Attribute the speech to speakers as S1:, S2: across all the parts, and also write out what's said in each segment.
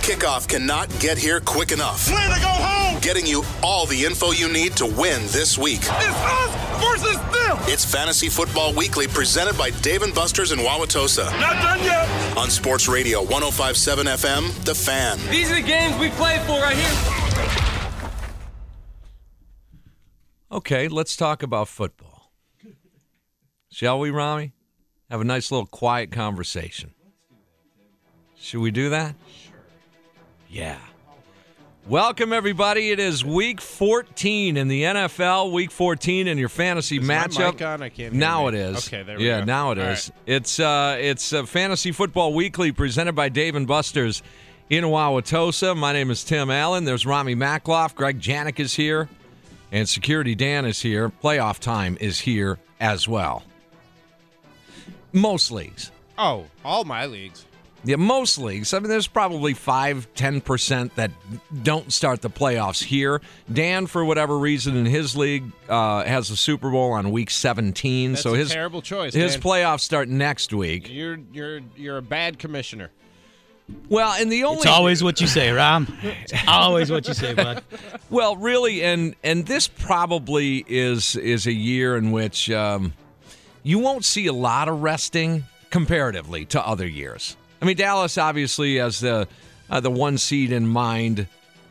S1: Kickoff cannot get here quick enough.
S2: Plan to go home.
S1: Getting you all the info you need to win this week.
S2: It's us versus them.
S1: It's Fantasy Football Weekly presented by Dave and Buster's in Wauwatosa
S2: Not done yet.
S1: on Sports Radio 1057 FM, The Fan.
S3: These are the games we play for right here. Okay, let's talk about football. Shall we, Rami? Have a nice little quiet conversation. Should we do that? Sure. Yeah. Welcome, everybody. It is week 14 in the NFL, week 14 in your fantasy
S4: my
S3: matchup.
S4: mic on? I can't hear
S3: now
S4: me.
S3: it is.
S4: Okay, there we
S3: yeah,
S4: go.
S3: now it
S4: All
S3: is. It's uh, it's uh, Fantasy Football Weekly presented by Dave and Buster's in Wauwatosa. My name is Tim Allen. There's Rami Makloff. Greg Janik is here. And Security Dan is here. Playoff time is here as well. Most leagues.
S4: Oh, all my leagues.
S3: Yeah, most leagues. I mean, there's probably 5 10% that don't start the playoffs here. Dan, for whatever reason, in his league, uh, has the Super Bowl on week 17.
S4: That's
S3: so
S4: a
S3: his,
S4: terrible choice,
S3: His
S4: man.
S3: playoffs start next week.
S4: You're you're you're a bad commissioner.
S3: Well, and the only.
S5: It's always what you say, Ram. It's always what you say, bud.
S3: Well, really, and and this probably is is a year in which um, you won't see a lot of resting comparatively to other years. I mean, Dallas obviously has the uh, the one seed in mind,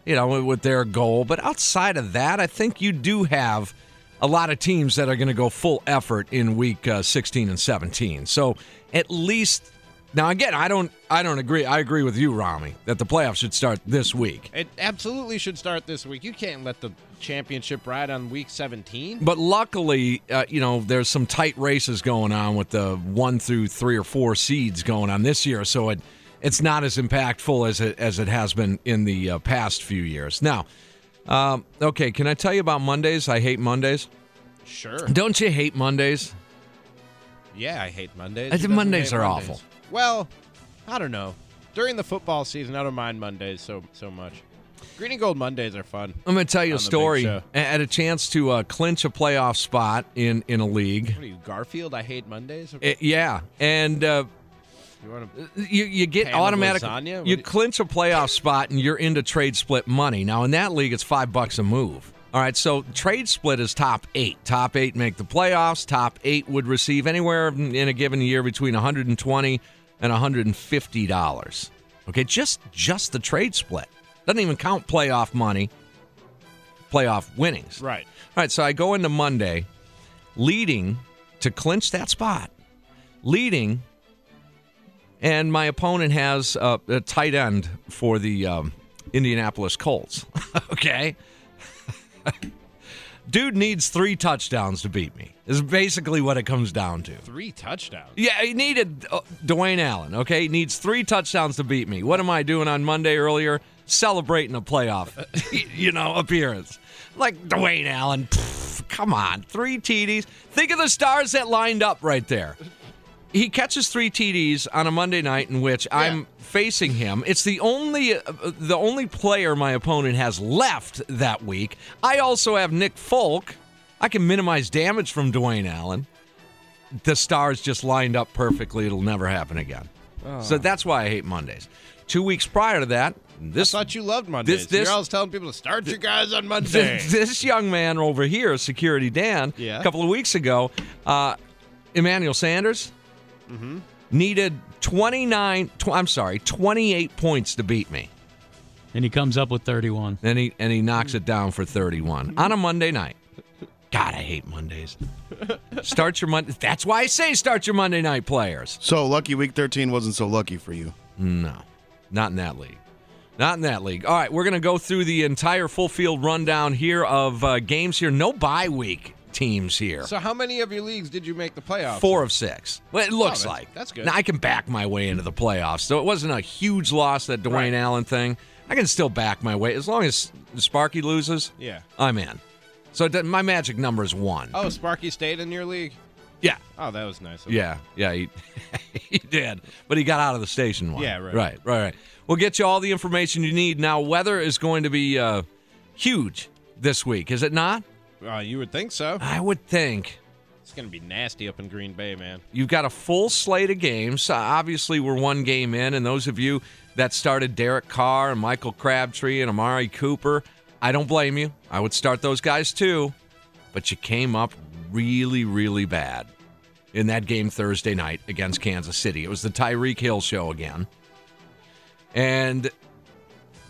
S3: you know, with their goal. But outside of that, I think you do have a lot of teams that are going to go full effort in week uh, 16 and 17. So at least. Now again, I don't, I don't agree. I agree with you, Rami, that the playoffs should start this week.
S4: It absolutely should start this week. You can't let the championship ride on week 17.
S3: But luckily, uh, you know, there's some tight races going on with the one through three or four seeds going on this year, so it it's not as impactful as it as it has been in the uh, past few years. Now, um, okay, can I tell you about Mondays? I hate Mondays.
S4: Sure.
S3: Don't you hate Mondays?
S4: Yeah, I hate Mondays.
S3: I
S4: Who
S3: think
S4: doesn't
S3: Mondays
S4: hate
S3: are
S4: Mondays?
S3: awful.
S4: Well, I don't know. During the football season, I don't mind Mondays so so much. Green and gold Mondays are fun.
S3: I'm going to tell you a
S4: On the big
S3: story.
S4: show.
S3: I had a chance to uh, clinch a playoff spot in in a league.
S4: What are you, Garfield? I hate Mondays.
S3: Uh, yeah, and. Uh,
S4: You want to?
S3: you, you get
S4: Pan of
S3: automatic
S4: lasagna?
S3: you
S4: What-
S3: clinch a playoff spot and you're into trade split money now in that league it's five bucks a move all right so trade split is top eight top eight make the playoffs top eight would receive anywhere in a given year between 120 and 150 dollars okay just just the trade split doesn't even count playoff money playoff winnings
S4: Right.
S3: all right, so I go into Monday leading to clinch that spot, leading, and my opponent has uh, a tight end for the um, Indianapolis Colts. okay. Dude needs three touchdowns to beat me, is basically what it comes down to.
S4: Three touchdowns.
S3: Yeah, he needed uh, Dwayne Allen, okay? He needs three touchdowns to beat me. What am I doing on Monday earlier? Celebrating a playoff, you know, appearance. Like Dwayne Allen, pff, come on, three TDs. Think of the stars that lined up right there. He catches three TDs on a Monday night in which I'm facing him. It's the only uh, the only player my opponent has left that week. I also have Nick Folk. I can minimize damage from Dwayne Allen the stars just lined up perfectly. It'll never happen again. So that's why I hate Mondays. Two weeks prior to that, this
S4: Thought you loved Mondays.
S3: this-
S4: You're always telling people to start your guys on Monday.
S3: this, this young man over here, Security Dan,
S4: Yeah.
S3: a couple of weeks ago, uh, Emmanuel Sanders needed 29. Tw- I'm sorry, 28 points to beat me,
S5: And he comes up with 31.
S3: and he and he knocks it down for 31 on a Monday night. God, I hate Mondays. Start your Monday. That's why I say start your Monday night players.
S6: So lucky week 13 wasn't so lucky for you.
S3: No, not in that league. Not in that league. All right, we're going to go through the entire full field rundown here of uh, games here. No bye week teams here.
S4: So how many of your leagues did you make the playoffs?
S3: Four of six. Well, it looks
S4: Oh, that's-
S3: like
S4: that's good.
S3: Now I can back my way into the playoffs. So it wasn't a huge loss that Dwayne
S4: Right.
S3: Allen thing. I can still back my way as long as Sparky loses.
S4: Yeah.
S3: I'm in. So it doesn't- my magic number is one.
S4: Oh, Sparky stayed in your league.
S3: yeah,
S4: Oh, that was nice. of him.
S3: yeah, yeah. He, he did, but he got out of the station one.
S4: Yeah, right.
S3: right, right, right. We'll get you all the information you need. Now, weather is going to be uh, huge this week, is it not?
S4: Uh, you would think so.
S3: I would think.
S4: It's gonna be nasty up in Green Bay, man.
S3: You've got a full slate of games. So Obviously, we're one game in, and those of you that started Derek Carr and Michael Crabtree and Amari Cooper, I don't blame you. I would start those guys too, but you came up really, really bad in that game Thursday night against Kansas City. It was the Tyreek Hill show again. And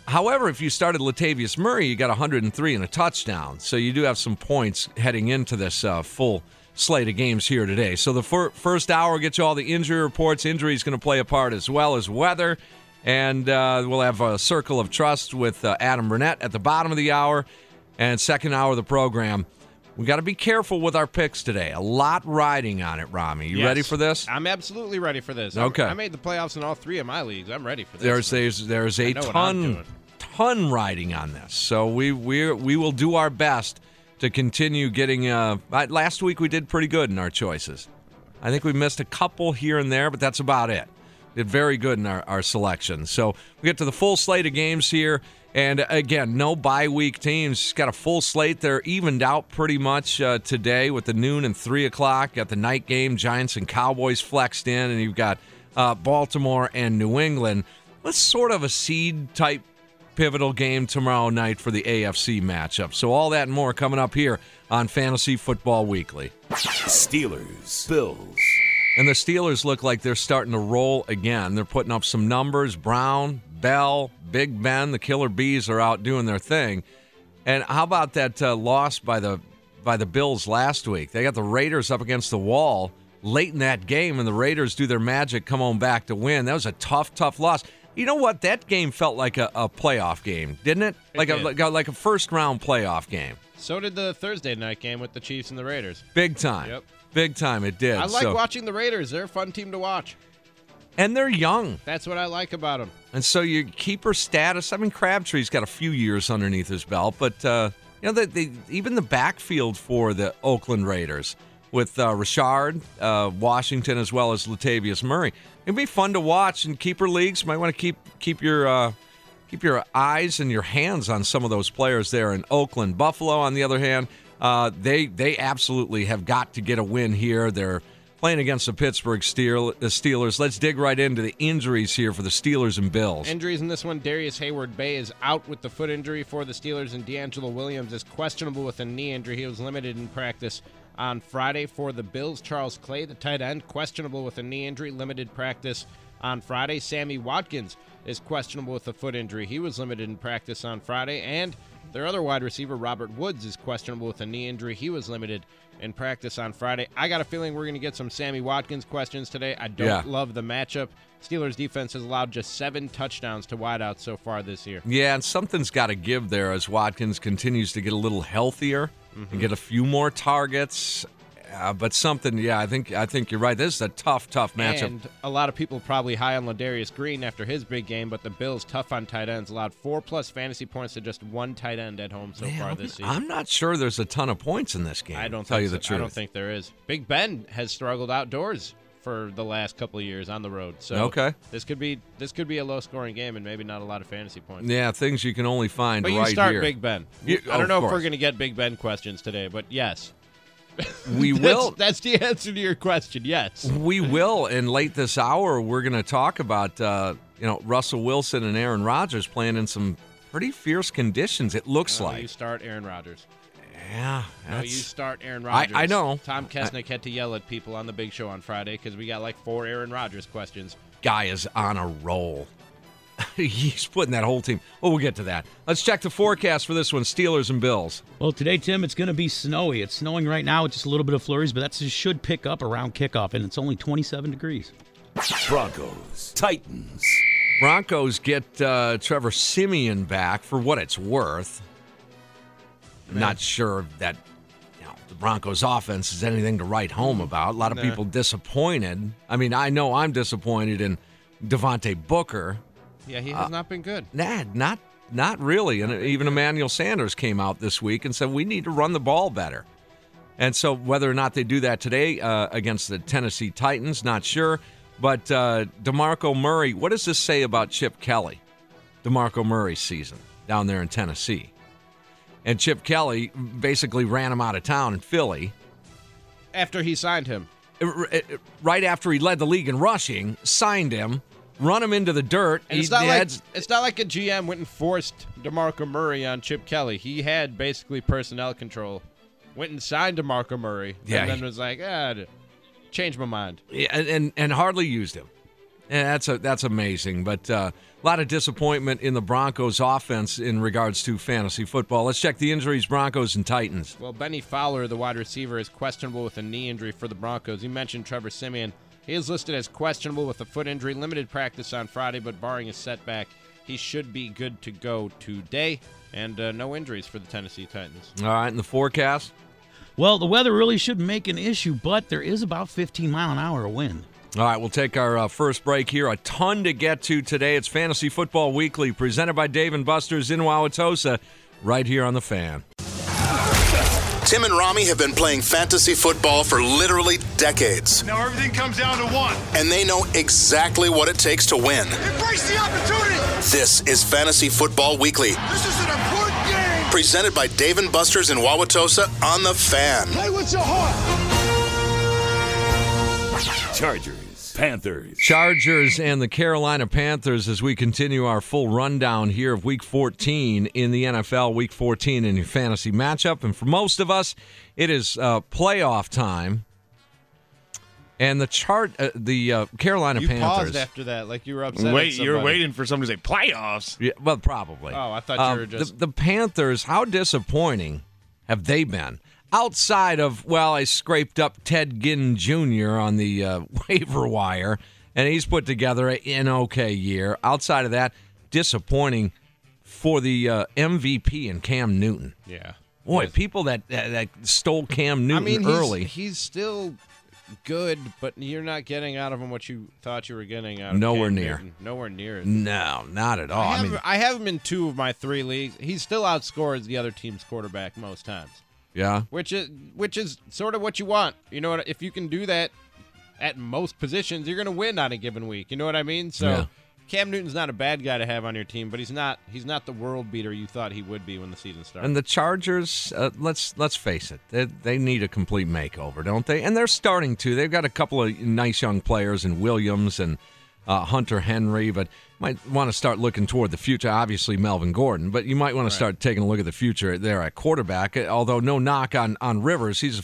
S3: however, if you started Latavius Murray, you got 103 and a touchdown. So you do have some points heading into this uh, full slate of games here today. So the fir- first hour gets you all the injury reports. Injury is going to play a part as well as weather. And uh, we'll have a circle of trust with uh, Adam Burnett at the bottom of the hour. And second hour of the program, we got to be careful with our picks today. A lot riding on it, Rami. You
S4: Yes.
S3: ready for this?
S4: I'm absolutely ready for this.
S3: Okay.
S4: I, I made the playoffs in all three of my leagues. I'm ready for this.
S3: there's there's there's a
S4: know what I'm
S3: ton
S4: doing.
S3: ton riding on this. So we we we will do our best to continue getting. Uh, I- last week we did pretty good in our choices. I think we missed a couple here and there, but that's about it. Did very good in our, our selection. So we get to the full slate of games here. And again, no bye week teams. It's Got a full slate. They're evened out pretty much uh, today with the noon and three o'clock. Got the night game, Giants and Cowboys flexed in, and you've got uh, Baltimore and New England. That's sort of a seed type pivotal game tomorrow night for the AFC matchup. So all that and more coming up here on Fantasy Football Weekly.
S7: Steelers, Bills,
S3: And the Steelers look like they're starting to roll again. They're putting up some numbers. Brown, Bell, Big Ben, the Killer Bees are out doing their thing. And how about that uh, loss by the by the Bills last week? They got the Raiders up against the wall late in that game, and the Raiders do their magic, come on back to win. That was a tough, tough loss. You know what? That game felt like a, a playoff game, didn't it? Like a
S4: did.
S3: like a like a first round playoff game,
S4: So did the Thursday night game with the Chiefs and the Raiders.
S3: big time.
S4: Yep.
S3: Big time, it did.
S4: I like
S3: So-
S4: watching the Raiders. They're a fun team to watch.
S3: and they're young.
S4: That's what I like about them.
S3: And so your keeper status, I mean, Crabtree's got a few years underneath his belt, but uh, you know, they, they, even the backfield for the Oakland Raiders with uh, Richard, uh, Washington, as well as Latavius Murray, it'd be fun to watch. In keeper leagues, might want to keep keep your uh, keep your eyes and your hands on some of those players there in Oakland. Buffalo, on the other hand, uh, they they absolutely have got to get a win here. They're playing against the Pittsburgh Steel, the Steelers. Let's dig right into the injuries here for the Steelers and Bills.
S4: Injuries in this one Darius Hayward Bay is out with the foot injury for the Steelers, and D'Angelo Williams is questionable with a knee injury. He was limited in practice on Friday for the Bills. Charles Clay, the tight end, questionable with a knee injury, limited practice on Friday. Sammy Watkins is questionable with a foot injury. He was limited in practice on Friday. And their other wide receiver, Robert Woods, is questionable with a knee injury. He was limited in practice on Friday. I got a feeling we're going to get some Sammy Watkins questions today. I don't
S3: Yeah.
S4: love the matchup. Steelers defense has allowed just seven touchdowns to wideouts so far this year.
S3: Yeah, and something's got to give there as Watkins continues to get a little healthier
S4: Mm-hmm.
S3: and get a few more targets. Uh, but something, yeah, I think I think you're right. This is a tough, tough matchup.
S4: And a lot of people probably high on Ladarius Green after his big game, but the Bills tough on tight ends. Allowed four plus fantasy points to just one tight end at home so
S3: Man,
S4: far
S3: I'm,
S4: this season.
S3: I'm not sure there's a ton of points in this game.
S4: I don't
S3: tell
S4: think
S3: you the
S4: so.
S3: truth.
S4: I don't think there is. Big Ben has struggled outdoors for the last couple of years on the road. So
S3: Okay.
S4: this could be this could be a low scoring game and maybe not a lot of fantasy points.
S3: Yeah, things you can only find
S4: But you
S3: right
S4: start
S3: here.
S4: Big Ben.
S3: You-
S4: I
S3: of
S4: don't know if we're
S3: course.
S4: going to get Big Ben questions today, but yes,
S3: we will.
S4: That's, that's the answer to your question. Yes.
S3: we will. And late this hour, we're going to talk about uh, you know Russell Wilson and Aaron Rodgers playing in some pretty fierce conditions. It looks
S4: No,
S3: like.
S4: you start Aaron Rodgers.
S3: yeah.
S4: No, you
S3: That's,
S4: start Aaron
S3: I-
S4: Rodgers.
S3: I know.
S4: Tom Kesnick had to yell at people on the Big Show on Friday because we got like four Aaron Rodgers questions.
S3: guy is on a roll. He's putting that whole team. Oh, we'll get to that. Let's check the forecast for this one: Steelers and Bills.
S5: Well, today, Tim, it's going to be snowy. It's snowing right now with just a little bit of flurries, but that just should pick up around kickoff, and it's only 27 degrees.
S7: Broncos, Titans,
S3: Broncos get uh, Trevor Simeon back for what it's worth. Not sure that you know, the Broncos offense is anything to write home about. A lot of people disappointed. I mean, I know I'm disappointed in Devontae Booker.
S4: Yeah, he has
S3: Uh,
S4: not been good.
S3: Nah, not not really. And even Emmanuel Sanders came out this week and said we need to run the ball better. And so whether or not they do that today uh, against the Tennessee Titans, not sure. But uh, Demarco Murray, what does this say about Chip Kelly? Demarco Murray's season down there in Tennessee, and Chip Kelly basically ran him out of town in Philly uh,
S4: After he signed him,
S3: right after he led the league in rushing, signed him, run him into the dirt.
S4: and it's
S3: He-
S4: not
S3: he
S4: like
S3: had-
S4: it's not like a GM went and forced Demarco Murray on Chip Kelly. He had basically personnel control. Went and signed Demarco Murray,
S3: Yeah,
S4: and then
S3: he-
S4: was like, ah, change my mind.
S3: Yeah, and, and and hardly used him. And that's a that's amazing. But uh, a lot of disappointment in the Broncos' offense in regards to fantasy football. Let's check the injuries: Broncos and Titans.
S4: Well, Benny Fowler, the wide receiver, is questionable with a knee injury for the Broncos. You mentioned Trevor Simeon. He is listed as questionable with a foot injury, limited practice on Friday, but barring a setback, he should be good to go today. And uh, no injuries for the Tennessee Titans.
S3: All right, in the forecast.
S5: Well, the weather really should make an issue, but there is about 15 mile an hour wind.
S3: All right, we'll take our uh, first break here. A ton to get to today. It's Fantasy Football Weekly, presented by Dave and Buster's in Wauwatosa, right here on the Fan.
S1: Tim and Rami have been playing fantasy football for literally decades,
S2: Now everything comes down to one.
S1: and they know exactly what it takes to win.
S2: Embrace the opportunity.
S1: This is Fantasy Football Weekly,
S2: This is an important game.
S1: presented by Dave and Buster's in Wauwatosa on the fan.
S2: Play with your heart.
S8: Chargers, Panthers,
S3: Chargers and the Carolina Panthers as we continue our full rundown here of week 14 in the NFL, week 14 in your fantasy matchup. And for most of us, it is uh, playoff time. And the chart, uh, the uh, Carolina
S4: You
S3: Panthers.
S4: paused after that, like you were upset. at
S8: Wait, you're
S4: somebody.
S8: waiting for somebody to say playoffs.
S3: Yeah, well, probably.
S4: Oh, I thought you were just-
S3: Um, the, the Panthers. How disappointing have they been? Outside of well, I scraped up Ted Ginn Jr. on the uh, waiver wire, and he's put together a- an okay year. Outside of that, disappointing for the uh, MVP and Cam Newton.
S4: Yeah.
S3: Boy, people that, that that stole Cam Newton
S4: I mean, he's-
S3: early.
S4: He's, still good, but you're not getting out of him what you thought you were getting out of
S3: Nowhere
S4: Cam
S3: near.
S4: Newton. Nowhere near. it.
S3: no, not at all.
S4: I, have,
S3: Oh, I mean,
S4: I have him in two of my three leagues. He still outscores the other team's quarterback most times,
S3: yeah.
S4: which is which is sort of what you want. You know what? If you can do that at most positions, you're going to win on a given week. You know what I mean? So
S3: Yeah.
S4: Cam Newton's not a bad guy to have on your team, but he's not he's not the world beater you thought he would be when the season started.
S3: And the Chargers, uh, let's let's face it, they, they need a complete makeover, don't they? And they're starting to. They've got a couple of nice young players in Williams and uh, Hunter Henry, but might want to start looking toward the future. Obviously, Melvin Gordon, but you might want to start taking a look at the future there at quarterback. uh, Although no knock on on Rivers, he's a,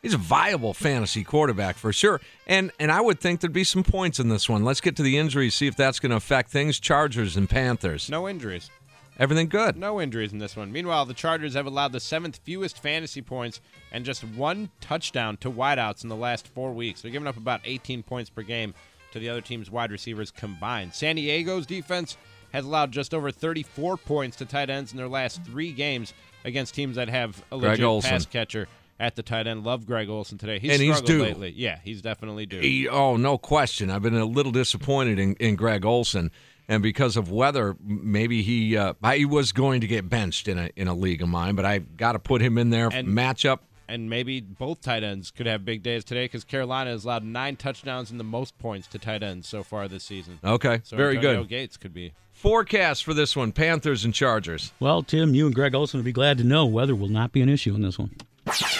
S3: he's a viable fantasy quarterback for sure. And and I would think there'd be some points in this one. Let's get to the injuries, see if that's going to affect things. Chargers and Panthers,
S4: no injuries.
S3: everything good.
S4: No injuries in this one. Meanwhile, the Chargers have allowed the seventh fewest fantasy points and just one touchdown to wideouts in the last four weeks. They're giving up about 18 points per game to the other team's wide receivers combined. San Diego's defense has allowed just over 34 points to tight ends in their last three games against teams that have a
S3: Greg
S4: legit
S3: Olson.
S4: pass catcher at the tight end. Love Greg Olson today. He's
S3: And he's
S4: struggled
S3: due.
S4: lately. Yeah, he's definitely due.
S3: He- oh, no question. I've been a little disappointed in, in Greg Olson, and because of weather, m- maybe he uh, I was going to get benched in a in a league of mine, but I got to put him in there
S4: And-
S3: matchup.
S4: and maybe both tight ends could have big days today because Carolina has allowed nine touchdowns and the most points to tight ends so far this season.
S3: Okay,
S4: So
S3: very
S4: Antonio
S3: good.
S4: Gates could be.
S3: Forecast for this one: Panthers and Chargers.
S5: Well, Tim, you and Greg Olson would be glad to know weather will not be an issue in this one.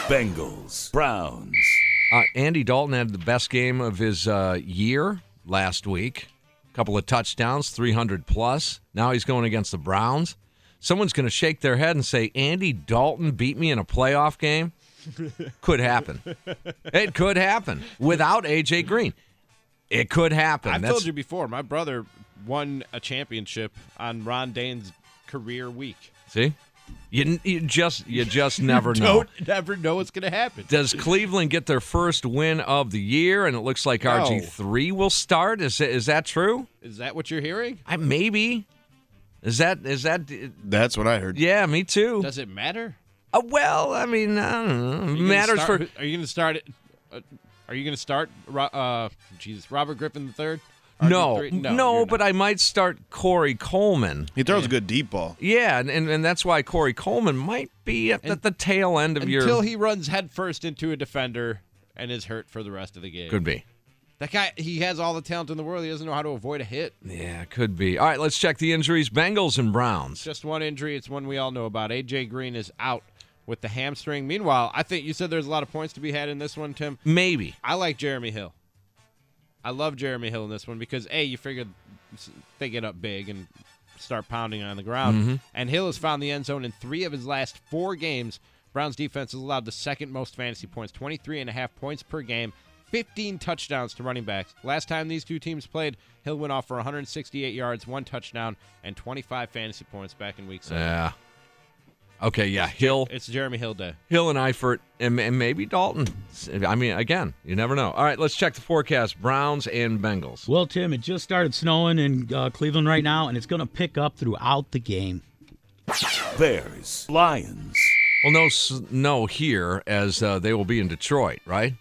S8: Bengals, Browns,
S3: Uh, Andy Dalton had the best game of his uh, year last week. Couple of touchdowns, 300 plus. Now he's going against the Browns. Someone's going to shake their head and say, Andy Dalton beat me in a playoff game? could happen. It could happen without A.J. Green. It could happen.
S4: I've
S3: That's-
S4: told you before, my brother won a championship on Ron Dane's career week.
S3: See? You, you just you just never know.
S4: Don't never know what's going to happen.
S3: Oh. Does Cleveland get their first win of the year? And it looks like
S4: No.
S3: RG3 will start. Is, is that true?
S4: Is that what you're hearing?
S3: I maybe. Is that is that
S6: That's what I heard.
S3: yeah, me too.
S4: Does it matter?
S3: Uh, well, I mean, I don't know.
S4: you gonna
S3: Matters
S4: start-
S3: for
S4: Are you going to start? it- Uh, are you going to start? Ro- Uh, Jesus, Robert Griffin III.
S3: no,
S4: RG3?
S3: no,
S4: you're
S3: but
S4: not.
S3: I might start Corey Coleman.
S6: He throws a good deep ball.
S3: Yeah, and, and, and that's why Corey Coleman might be at, at the tail end of
S4: until
S3: your
S4: he runs headfirst into a defender and is hurt for the rest of the game.
S3: could be.
S4: That guy, he has all the talent in the world. He doesn't know how to avoid a hit.
S3: Yeah, could be. All right, let's check the injuries. Bengals and Browns.
S4: Just one injury. It's one we all know about. AJ Green is out with the hamstring. Meanwhile, I think you said there's a lot of points to be had in this one, Tim.
S3: Maybe.
S4: I like Jeremy Hill. I love Jeremy Hill in this one because a you figure they get up big and start pounding on the ground,
S3: Mm-hmm.
S4: and Hill has found the end zone in three of his last four games. Browns defense has allowed the second most fantasy points, 23 and a half points per game, 15 touchdowns to running backs. Last time these two teams played, Hill went off for 168 yards, one touchdown, and 25 fantasy points back in week seven.
S3: Yeah. Okay, yeah. Hill,
S4: It's Jeremy Hill day.
S3: Hill and Eifert, and, and maybe Dalton. I mean, again, you never know. All right, let's check the forecast. Browns and Bengals.
S5: Well, Tim, it just started snowing in uh, Cleveland right now, and it's going to pick up throughout the game.
S8: Bears, Lions,
S3: Well, no snow here as uh, they will be in Detroit, right?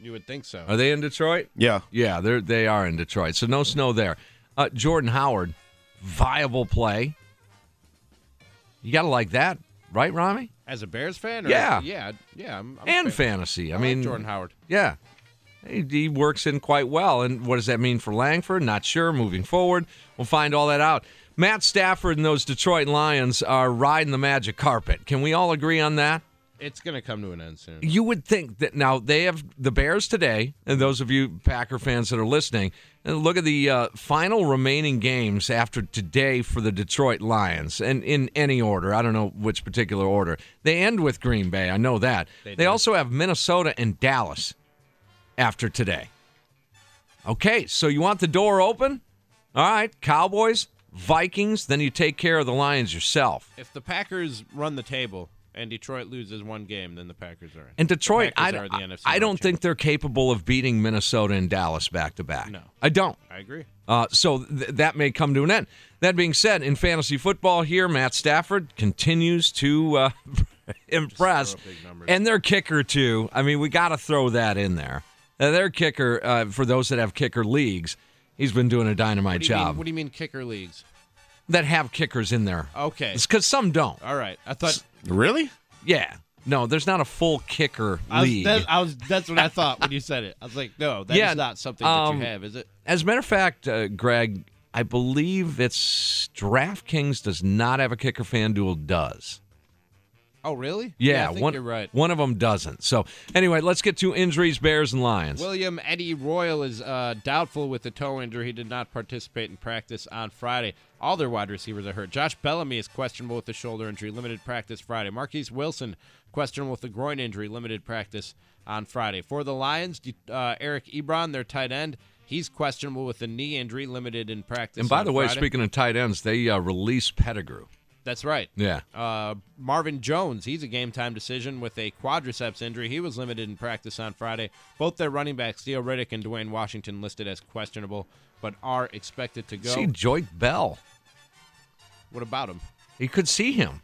S4: You would think so.
S3: Are they in Detroit?
S6: Yeah.
S3: Uh, Yeah, they're they are in Detroit, so no snow there. Uh, Jordan Howard, viable play. You gotta like that, right, Rami?
S4: As a Bears fan? Or,
S3: Yeah.
S4: Yeah. Yeah. I'm, I'm a
S3: And fantasy. I,
S4: I like
S3: mean,
S4: Jordan Howard.
S3: Yeah, he, he works in quite well. And what does that mean for Langford? Not sure. Moving forward, we'll find all that out. Matt Stafford and those Detroit Lions are riding the magic carpet. Can we all agree on that?
S4: It's going to come to an end soon.
S3: you would think that now they have the Bears today, and those of you Packer fans that are listening, and look at the uh, final remaining games after today for the Detroit Lions, and in any order. I don't know which particular order. They end with Green Bay. I know that. They, also have Minnesota and Dallas after today. Okay, so you want the door open? All right, Cowboys, Vikings, then you take care of the Lions yourself.
S4: If the Packers run the table and Detroit loses one game, then the Packers are in.
S3: And Detroit,
S4: The
S3: I,
S4: Packers are the
S3: I-
S4: NFC
S3: I don't
S4: North
S3: think they're capable of beating Minnesota and Dallas back to back.
S4: No.
S3: I don't.
S4: I agree.
S3: Uh, so th- that may come to an end. That being said, in fantasy football here, Matt Stafford continues to uh, impress, and their kicker too. I mean, we got to throw that in there. And their kicker, uh, for those that have kicker leagues, he's been doing a dynamite
S4: What do, you
S3: job.
S4: mean, what do you mean kicker leagues?
S3: that have kickers in there.
S4: Okay.
S3: it's because some don't.
S4: All right. I thought
S6: Really?
S3: Yeah, no, there's not a full kicker
S4: I was,
S3: league.
S4: that, I was that's what I thought when you said it. I was like, no, that's
S3: Yeah,
S4: not something
S3: um,
S4: that you have, is it?
S3: As a matter of fact, uh, Greg, I believe it's DraftKings does not have a kicker. FanDuel does.
S4: Oh, really?
S3: Yeah,
S4: I think
S3: one,
S4: you're right.
S3: One of them doesn't. So anyway, let's get to injuries, Bears and Lions.
S4: William Eddie Royal is uh, doubtful with a toe injury. He did not participate in practice on Friday. All their wide receivers are hurt. Josh Bellamy is questionable with a shoulder injury, limited practice Friday. Marquise Wilson questionable with a groin injury, limited practice on Friday. For the Lions, de- uh, Eric Ebron, their tight end, he's questionable with a knee injury, limited in practice.
S3: and by
S4: on
S3: the way,
S4: Friday.
S3: speaking of tight ends, they uh, released Pettigrew.
S4: that's right.
S3: Yeah.
S4: Uh, Marvin Jones, he's a game time decision with a quadriceps injury. He was limited in practice on Friday. Both their running backs, Theo Riddick and Dwayne Washington, listed as questionable, but are expected to go.
S3: See Joyke Bell.
S4: what about him?
S3: You could see him.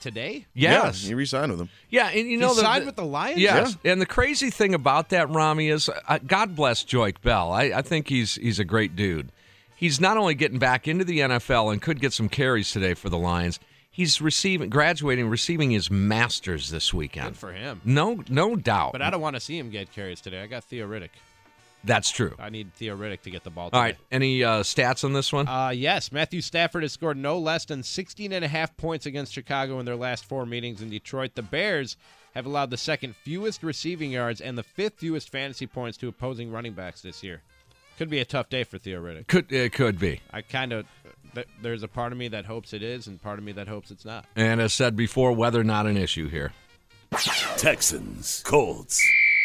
S4: Today?
S3: Yes.
S6: Yeah,
S3: Yeah,
S6: he re-signed with him.
S3: and you know
S4: he
S3: the,
S4: signed
S3: the-
S4: with the Lions?
S3: Yes, and the crazy thing about that, Rami, is uh, God bless Joyke Bell. I, I think he's he's a great dude. He's not only getting back into the NFL and could get some carries today for the Lions. He's receiving, graduating, receiving his master's this weekend.
S4: Good for him.
S3: No, no doubt.
S4: But I don't want to see him get carries today. I got Theo Riddick.
S3: That's true.
S4: I need Theo Riddick to get the ball today.
S3: All right. Any uh, stats on this one?
S4: Uh, yes, Matthew Stafford has scored no less than 16 and a half points against Chicago in their last four meetings in Detroit. The Bears have allowed the second fewest receiving yards and the fifth fewest fantasy points to opposing running backs this year. Could be a tough day for Theo Riddick.
S3: could it could be.
S4: I kind of th- there's a part of me that hopes it is, and part of me that hopes it's not.
S3: And as said before, weather not an issue here.
S8: Texans, Colts,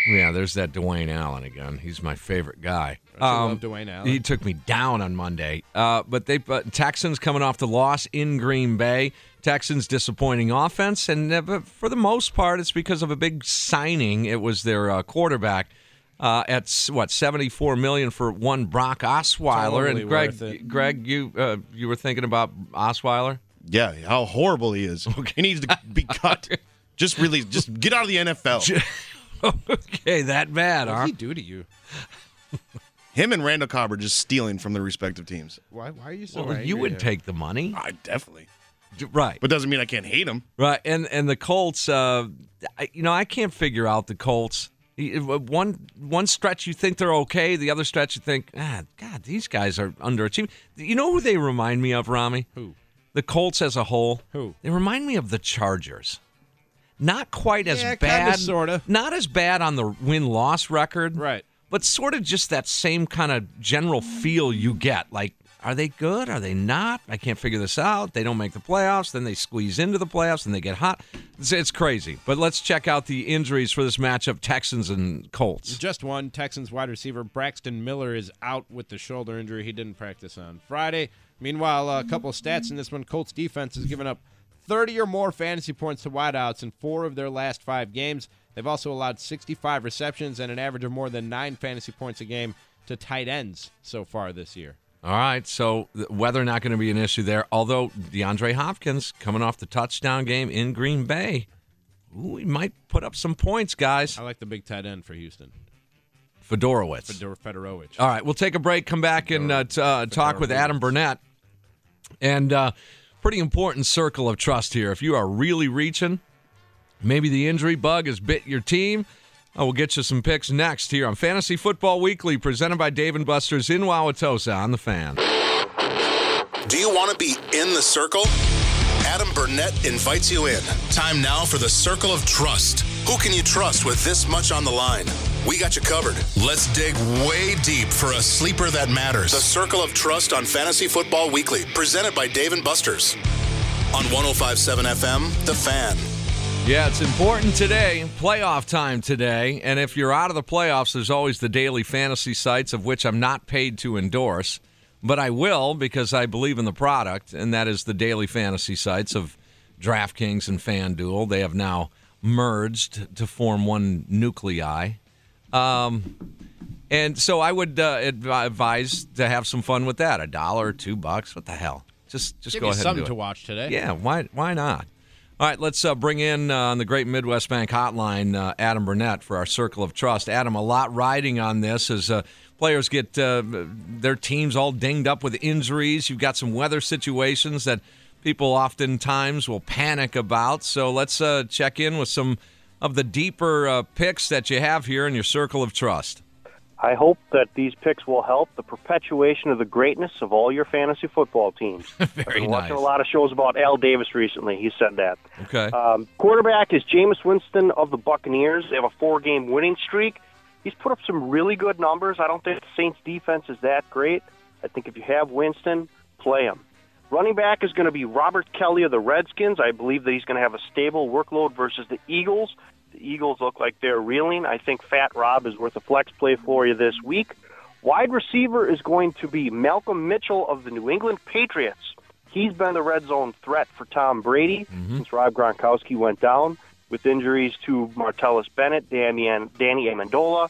S3: Yeah, there's that Dwayne Allen again. He's my favorite guy. Um,
S4: Don't you love Dwayne Allen?
S3: He took me down on Monday. Uh, but they but Texans coming off the loss in Green Bay. Texans disappointing offense, and uh, but for the most part, it's because of a big signing. It was their uh, quarterback. Uh, at s- what seventy four million for one Brock Osweiler
S4: Totally
S3: and Greg,
S4: worth it.
S3: Greg, you uh, you were thinking about Osweiler?
S6: Yeah, how horrible he is. He needs to be cut. just release. Just get out of the NFL.
S3: okay, that bad,
S4: What
S3: huh?
S4: did he do to you?
S6: Him and Randall Cobb are just stealing from their respective teams.
S4: Why, why are you so
S3: Well, you
S4: angry
S3: would
S4: here?
S3: take the money,
S6: I definitely.
S3: right?
S6: But doesn't mean I can't hate him.
S3: Right, and and the Colts, uh, I, you know, I can't figure out the Colts. Y- One one stretch you think they're okay, the other stretch you think, ah, God, these guys are underachieving. You know who they remind me of, Rami?
S4: Who?
S3: The Colts as a whole.
S4: Who?
S3: They remind me of the Chargers. Not quite as
S4: Yeah, kinda,
S3: bad,
S4: sorta.
S3: Not as bad on the win loss record,
S4: Right.
S3: But sort of just that same kind of general feel you get. Like, are they good? Are they not? I can't figure this out. They don't make the playoffs. Then they squeeze into the playoffs and they get hot. It's, it's crazy. But let's check out the injuries for this matchup: Texans and Colts.
S4: Just one Texans wide receiver Braxton Miller is out with the shoulder injury he didn't practice on Friday. Meanwhile, a couple of stats in this one: Colts defense has given up 30 or more fantasy points to wideouts in four of their last five games. They've also allowed 65 receptions and an average of more than nine fantasy points a game to tight ends so far this year.
S3: All right, so the weather not going to be an issue there. Although DeAndre Hopkins coming off the touchdown game in Green Bay, ooh, he might put up some points, guys.
S4: I like the big tight end for Houston,
S3: Fedorowicz.
S4: Fedor Federowicz.
S3: All right, we'll take a break, come back and uh, t- uh, talk with Adam Burnett. And uh, pretty important circle of trust here. If you are really reaching, maybe the injury bug has bit your team. I will get you some picks next here on Fantasy Football Weekly, presented by Dave and Buster's in Wauwatosa on the fan.
S1: Do you want to be in the circle? Adam Burnett invites you in. Time now for the circle of trust. Who can you trust with this much on the line? We got you covered. Let's dig way deep for a sleeper that matters. The Circle of Trust on Fantasy Football Weekly, presented by Dave and Buster's. On 1057 FM, The Fan.
S3: Yeah, it's important today, playoff time today. And if you're out of the playoffs, there's always the daily fantasy sites, of which I'm not paid to endorse, but I will because I believe in the product, and that is the daily fantasy sites of DraftKings and FanDuel. They have now merged to form one nuclei. Um, And so I would uh, advi- advise to have some fun with that. A dollar, two bucks, what the hell? Just just
S4: Give
S3: go
S4: you
S3: ahead and do
S4: something
S3: it.
S4: to watch today.
S3: Yeah, why why not? All right, let's uh, bring in uh, on the Great Midwest Bank Hotline uh, Adam Burnett for our Circle of Trust. Adam, a lot riding on this as uh, players get uh, their teams all dinged up with injuries. You've got some weather situations that people oftentimes will panic about. So let's uh, check in with some of the deeper uh, picks that you have here in your Circle of Trust.
S9: I hope that these picks will help the perpetuation of the greatness of all your fantasy football teams. I've
S3: Very
S9: been watching
S3: nice.
S9: a lot of shows about Al Davis recently. He said that.
S3: Okay.
S9: Um, quarterback is Jameis Winston of the Buccaneers. They have a four-game winning streak. He's put up some really good numbers. I don't think the Saints' defense is that great. I think if you have Winston, play him. Running back is going to be Robert Kelly of the Redskins. I believe that he's going to have a stable workload versus the Eagles. The Eagles look like they're reeling. I think Fat Rob is worth a flex play for you this week. Wide receiver is going to be Malcolm Mitchell of the New England Patriots. He's been the red zone threat for Tom Brady since Rob Gronkowski went down with injuries to Martellus Bennett, Danny, and Danny Amendola.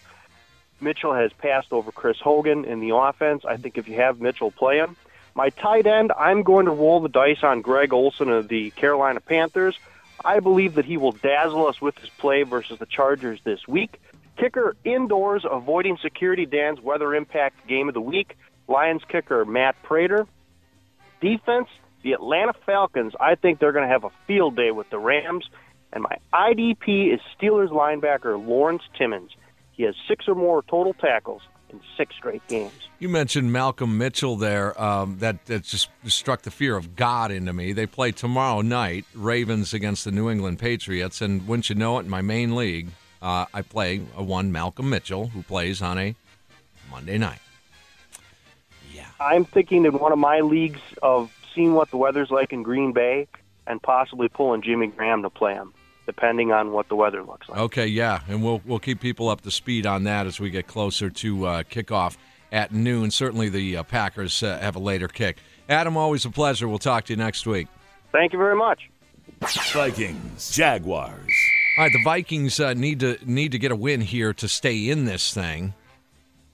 S9: Mitchell has passed over Chris Hogan in the offense. I think if you have Mitchell play him. My tight end, I'm going to roll the dice on Greg Olson of the Carolina Panthers. I believe that he will dazzle us with his play versus the Chargers this week. Kicker indoors, avoiding security Dan's weather impact game of the week. Lions kicker Matt Prater defense, the Atlanta Falcons, I think they're going to have a field day with the Rams. And my IDP is Steelers linebacker Lawrence Timmons. He has six or more total tackles in six straight games.
S3: You mentioned Malcolm Mitchell there. Um, that that just struck the fear of God into me. They play tomorrow night, Ravens against the New England Patriots, and wouldn't you know it, in my main league, uh, I play a one Malcolm Mitchell who plays on a Monday night.
S9: I'm thinking in one of my leagues of seeing what the weather's like in Green Bay and possibly pulling Jimmy Graham to play him, depending on what the weather looks like.
S3: Okay, yeah, and we'll we'll keep people up to speed on that as we get closer to uh, kickoff at noon. Certainly, the uh, Packers uh, have a later kick. Adam, always a pleasure. We'll talk to you next week.
S9: Thank you very much.
S8: Vikings, Jaguars,
S3: All right, the Vikings uh, need to need to get a win here to stay in this thing.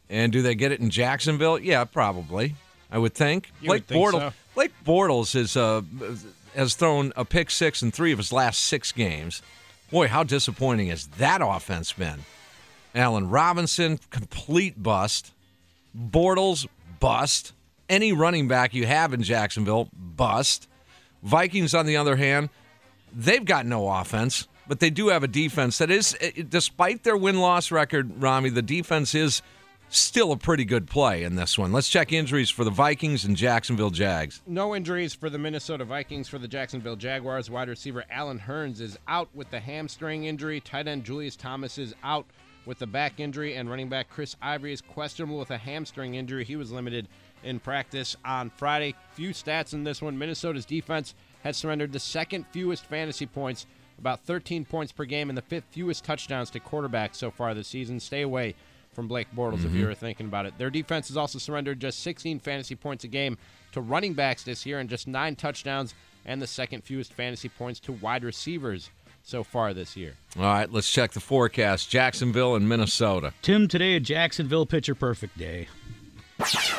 S3: And do they get it in Jacksonville? Yeah, probably. I would think.
S4: You would think
S3: Bortles.
S4: so.
S3: Blake Bortles is uh, has thrown a pick six in three of his last six games. Boy, how disappointing has that offense been? Allen Robinson, complete bust. Bortles, bust. Any running back you have in Jacksonville, bust. Vikings, on the other hand, they've got no offense, but they do have a defense that is, eh, despite their win loss record, Rami, the defense is still a pretty good play in this one. Let's check injuries for the Vikings and Jacksonville Jags.
S4: No injuries for the Minnesota Vikings. For the Jacksonville Jaguars, wide receiver Alan Hearns is out with the hamstring injury. Tight end Julius Thomas is out with the back injury, and running back Chris Ivory is questionable with a hamstring injury. He was limited in practice on Friday. Few stats in this one. Minnesota's defense has surrendered the second fewest fantasy points, about 13 points per game, and the fifth fewest touchdowns to quarterbacks so far this season. Stay away from Blake Bortles if you were thinking about it. Their defense has also surrendered just 16 fantasy points a game to running backs this year and just nine touchdowns and the second fewest fantasy points to wide receivers so far this year.
S3: All right, let's check the forecast Jacksonville and Minnesota.
S5: Tim, today a Jacksonville pitcher perfect day.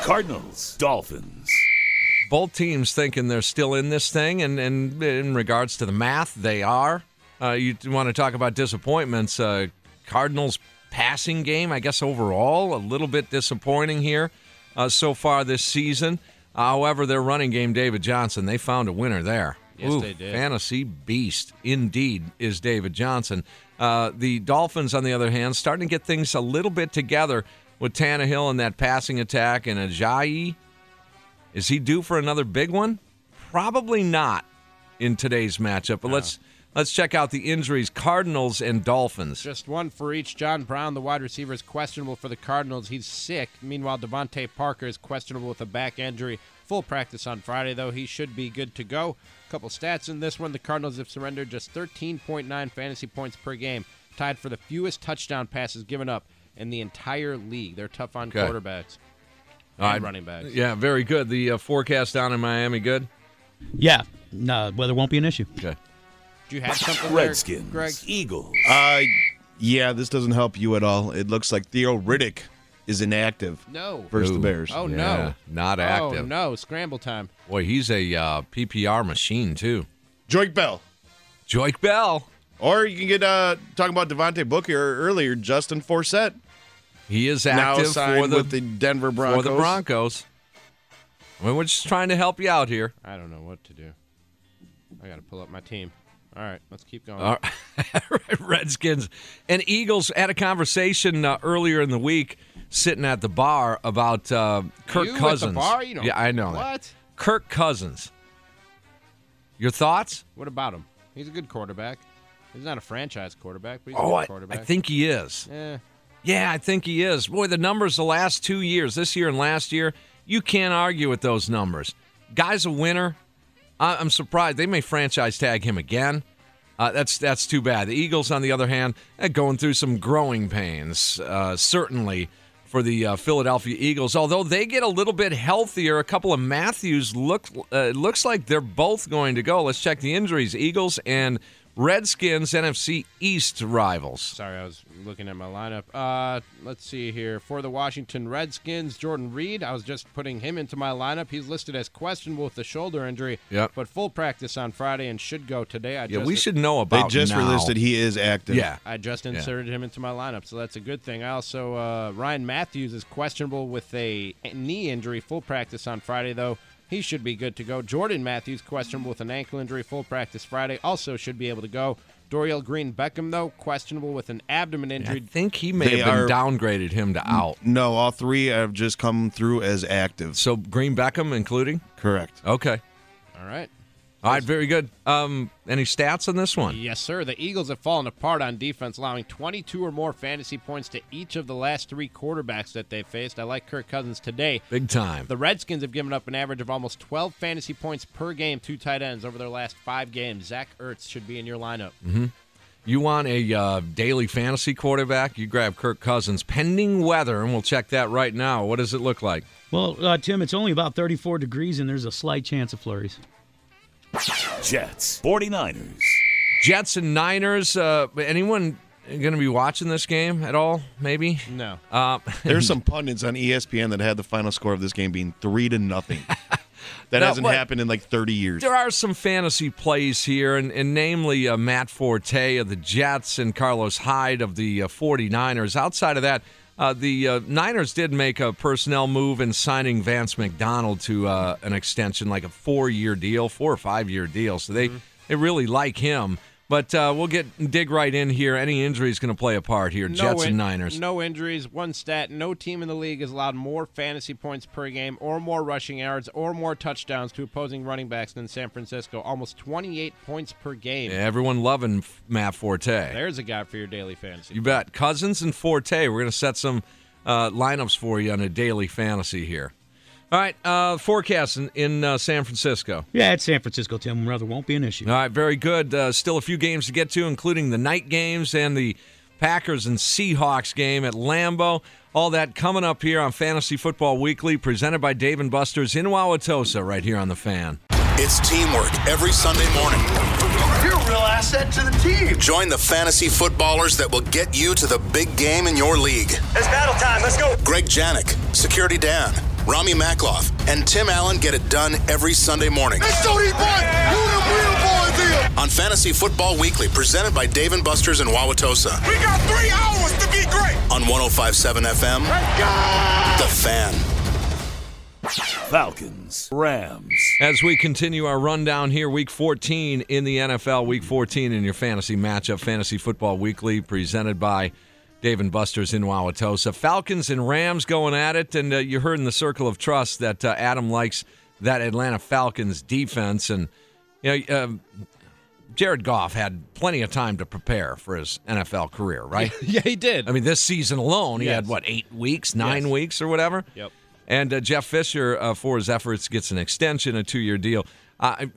S8: Cardinals, Dolphins.
S3: Both teams thinking they're still in this thing, and, and in regards to the math, they are. Uh, you want to talk about disappointments. Uh, Cardinals passing game, I guess, overall, a little bit disappointing here uh, so far this season. However, their running game, David Johnson, they found a winner there.
S4: Yes,
S3: Ooh,
S4: they did.
S3: Fantasy beast, indeed, is David Johnson. Uh, the Dolphins, on the other hand, starting to get things a little bit together with Tannehill and that passing attack and Ajayi. Is he due for another big one? Probably not in today's matchup. But let's let's check out the injuries: Cardinals and Dolphins.
S4: Just one for each. John Brown, the wide receiver, is questionable for the Cardinals. He's sick. Meanwhile, Devontae Parker is questionable with a back injury. Full practice on Friday, though. He should be good to go. couple stats in this one. The Cardinals have surrendered just 13.9 fantasy points per game, tied for the fewest touchdown passes given up in the entire league. They're tough on
S3: Okay.
S4: quarterbacks
S3: All
S4: and
S3: right.
S4: running backs.
S3: Yeah, very good. The uh, forecast down in Miami, good.
S5: Yeah, no, weather won't be an issue.
S3: Okay.
S4: Do you have something there,
S8: Redskins,
S4: Greg?
S8: Eagles.
S6: Uh, yeah, this doesn't help you at all. It looks like Theo Riddick is inactive
S4: No.
S6: versus the Bears.
S4: Oh,
S3: Yeah,
S4: no.
S3: not
S4: Oh,
S3: active.
S4: no. Scramble time.
S3: Boy, he's a uh, PPR machine too.
S6: Joik Bell.
S3: Joik Bell,
S6: Or you can get uh talking about Devontae Booker earlier, Justin Forsett.
S3: he is
S6: now
S3: active
S6: signed
S3: for the,
S6: with the Denver
S3: for
S6: Broncos.
S3: the Broncos. I mean, we're just trying to help you out here.
S4: I don't know what to do. I got to pull up my team. All right, let's keep going.
S3: All right, Redskins and Eagles had a conversation uh, earlier in the week, sitting at the bar about uh, Kirk
S4: You at the
S3: Cousins.
S4: bar? You don't-
S3: yeah, I know. that.
S4: What?
S3: Kirk Cousins. Your thoughts?
S4: What about him? He's a good quarterback. He's not a franchise quarterback, but he's
S3: Oh,
S4: a
S3: I,
S4: good quarterback.
S3: I think he is.
S4: Eh,
S3: Yeah, I think he is. Boy, the numbers the last two years, this year and last year, you can't argue with those numbers. Guy's a winner. I- I'm surprised they may franchise tag him again. Uh, that's that's too bad. The Eagles, on the other hand, are going through some growing pains, uh, certainly for the uh, Philadelphia Eagles. Although they get a little bit healthier, a couple of Matthews look uh, it looks like they're both going to go. Let's check the injuries: Eagles and Redskins, NFC East rivals.
S4: sorry, I was looking at my lineup. Uh, let's see here. For the Washington Redskins, Jordan Reed, I was just putting him into my lineup. He's listed as questionable with the shoulder injury,
S3: Yep.
S4: but full practice on Friday and should go today. I
S3: Yeah,
S4: just
S3: we should know
S6: They
S3: about.
S6: just
S3: now.
S6: released that he is active.
S3: Yeah,
S4: I just inserted him into my lineup, so that's a good thing. I also uh, Ryan Matthews is questionable with a knee injury. Full practice on Friday though. He should be good to go. Jordan Matthews questionable with an ankle injury. Full practice Friday. Also should be able to go. Doriel Green Beckham though questionable with an abdomen
S3: I
S4: injury.
S3: think he may
S6: They
S3: have
S6: are-
S3: been downgraded him to out.
S6: No, all three have just come through as active.
S3: So Green Beckham, including.
S6: Correct.
S3: Okay,
S4: All right.
S3: all right, very good. Um, any stats on this one?
S4: Yes, sir. The Eagles have fallen apart on defense, allowing 22 or more fantasy points to each of the last three quarterbacks that they faced. I like Kirk Cousins today.
S3: Big time.
S4: The Redskins have given up an average of almost 12 fantasy points per game to tight ends over their last five games. Zach Ertz should be in your lineup.
S3: You want a uh, daily fantasy quarterback? You grab Kirk Cousins, pending weather, and we'll check that right now. What does it look like?
S5: Well, uh, Tim, it's only about 34 degrees, and there's a slight chance of flurries.
S8: Jets, 49ers.
S3: Jets and Niners. Uh, anyone going to be watching this game at all? Maybe.
S4: No.
S3: Uh,
S6: E There's some pundits on ESPN that had the final score of this game being three to nothing. That
S3: Now,
S6: hasn't
S3: what-
S6: happened in like 30 years.
S3: There are some fantasy plays here, and, and namely uh, Matt Forte of the Jets and Carlos Hyde of the uh, 49ers. Outside of that, uh, the uh, Niners did make a personnel move in signing Vance McDonald to uh, an extension, like a four year deal, four or five year deal. So
S4: Mm-hmm.
S3: they, they really like him. But uh, we'll get dig right in here. Any injury is going to play a part here. Jets
S4: in-
S3: and Niners.
S4: No injuries. One stat: no team in the league has allowed more fantasy points per game, or more rushing yards, or more touchdowns to opposing running backs than San Francisco. Almost 28 points per game.
S3: Everyone loving F- Matt Forte.
S4: There's a guy for your daily fantasy.
S3: You bet. Cousins and Forte. We're going to set some uh, lineups for you on a daily fantasy here. All right. Uh, forecast in, in uh, San Francisco.
S5: Yeah, it's San Francisco, Tim. Weather won't be an issue.
S3: All right. Very good. Uh, still a few games to get to, including the night games and the Packers and Seahawks game at Lambeau. All that coming up here on Fantasy Football Weekly, presented by Dave and Buster's in Wauwatosa, right here on the fan.
S1: It's teamwork every Sunday morning.
S2: You're a real asset to the team.
S1: Join the fantasy footballers that will get you to the big game in your league.
S2: It's battle time. Let's go.
S1: Greg Janik, Security Dan, Rami Makloff, and Tim Allen get it done every Sunday morning
S2: Let's do these boys. Who the real boys is?
S1: on Fantasy Football Weekly, presented by Dave and Buster's in Wauwatosa
S2: We got three hours to be great.
S1: on 1057 FM,
S2: Let's go.
S1: The Fan.
S8: Falcons, Rams,
S3: As we continue our rundown here, week 14 in the NFL, week 14 in your fantasy matchup, Fantasy Football Weekly, presented by Dave and Buster's in Wauwatosa. Falcons and Rams going at it, and uh, you heard in the circle of trust that uh, Adam likes that Atlanta Falcons defense, and you know, um, Jared Goff had plenty of time to prepare for his NFL career, right?
S4: yeah, he did.
S3: I mean, this season alone, he
S4: Yes.
S3: had what eight weeks, nine
S4: Yes.
S3: weeks, or whatever.
S4: Yep.
S3: And uh, Jeff Fisher, uh, for his efforts, gets an extension, a two-year deal. Uh,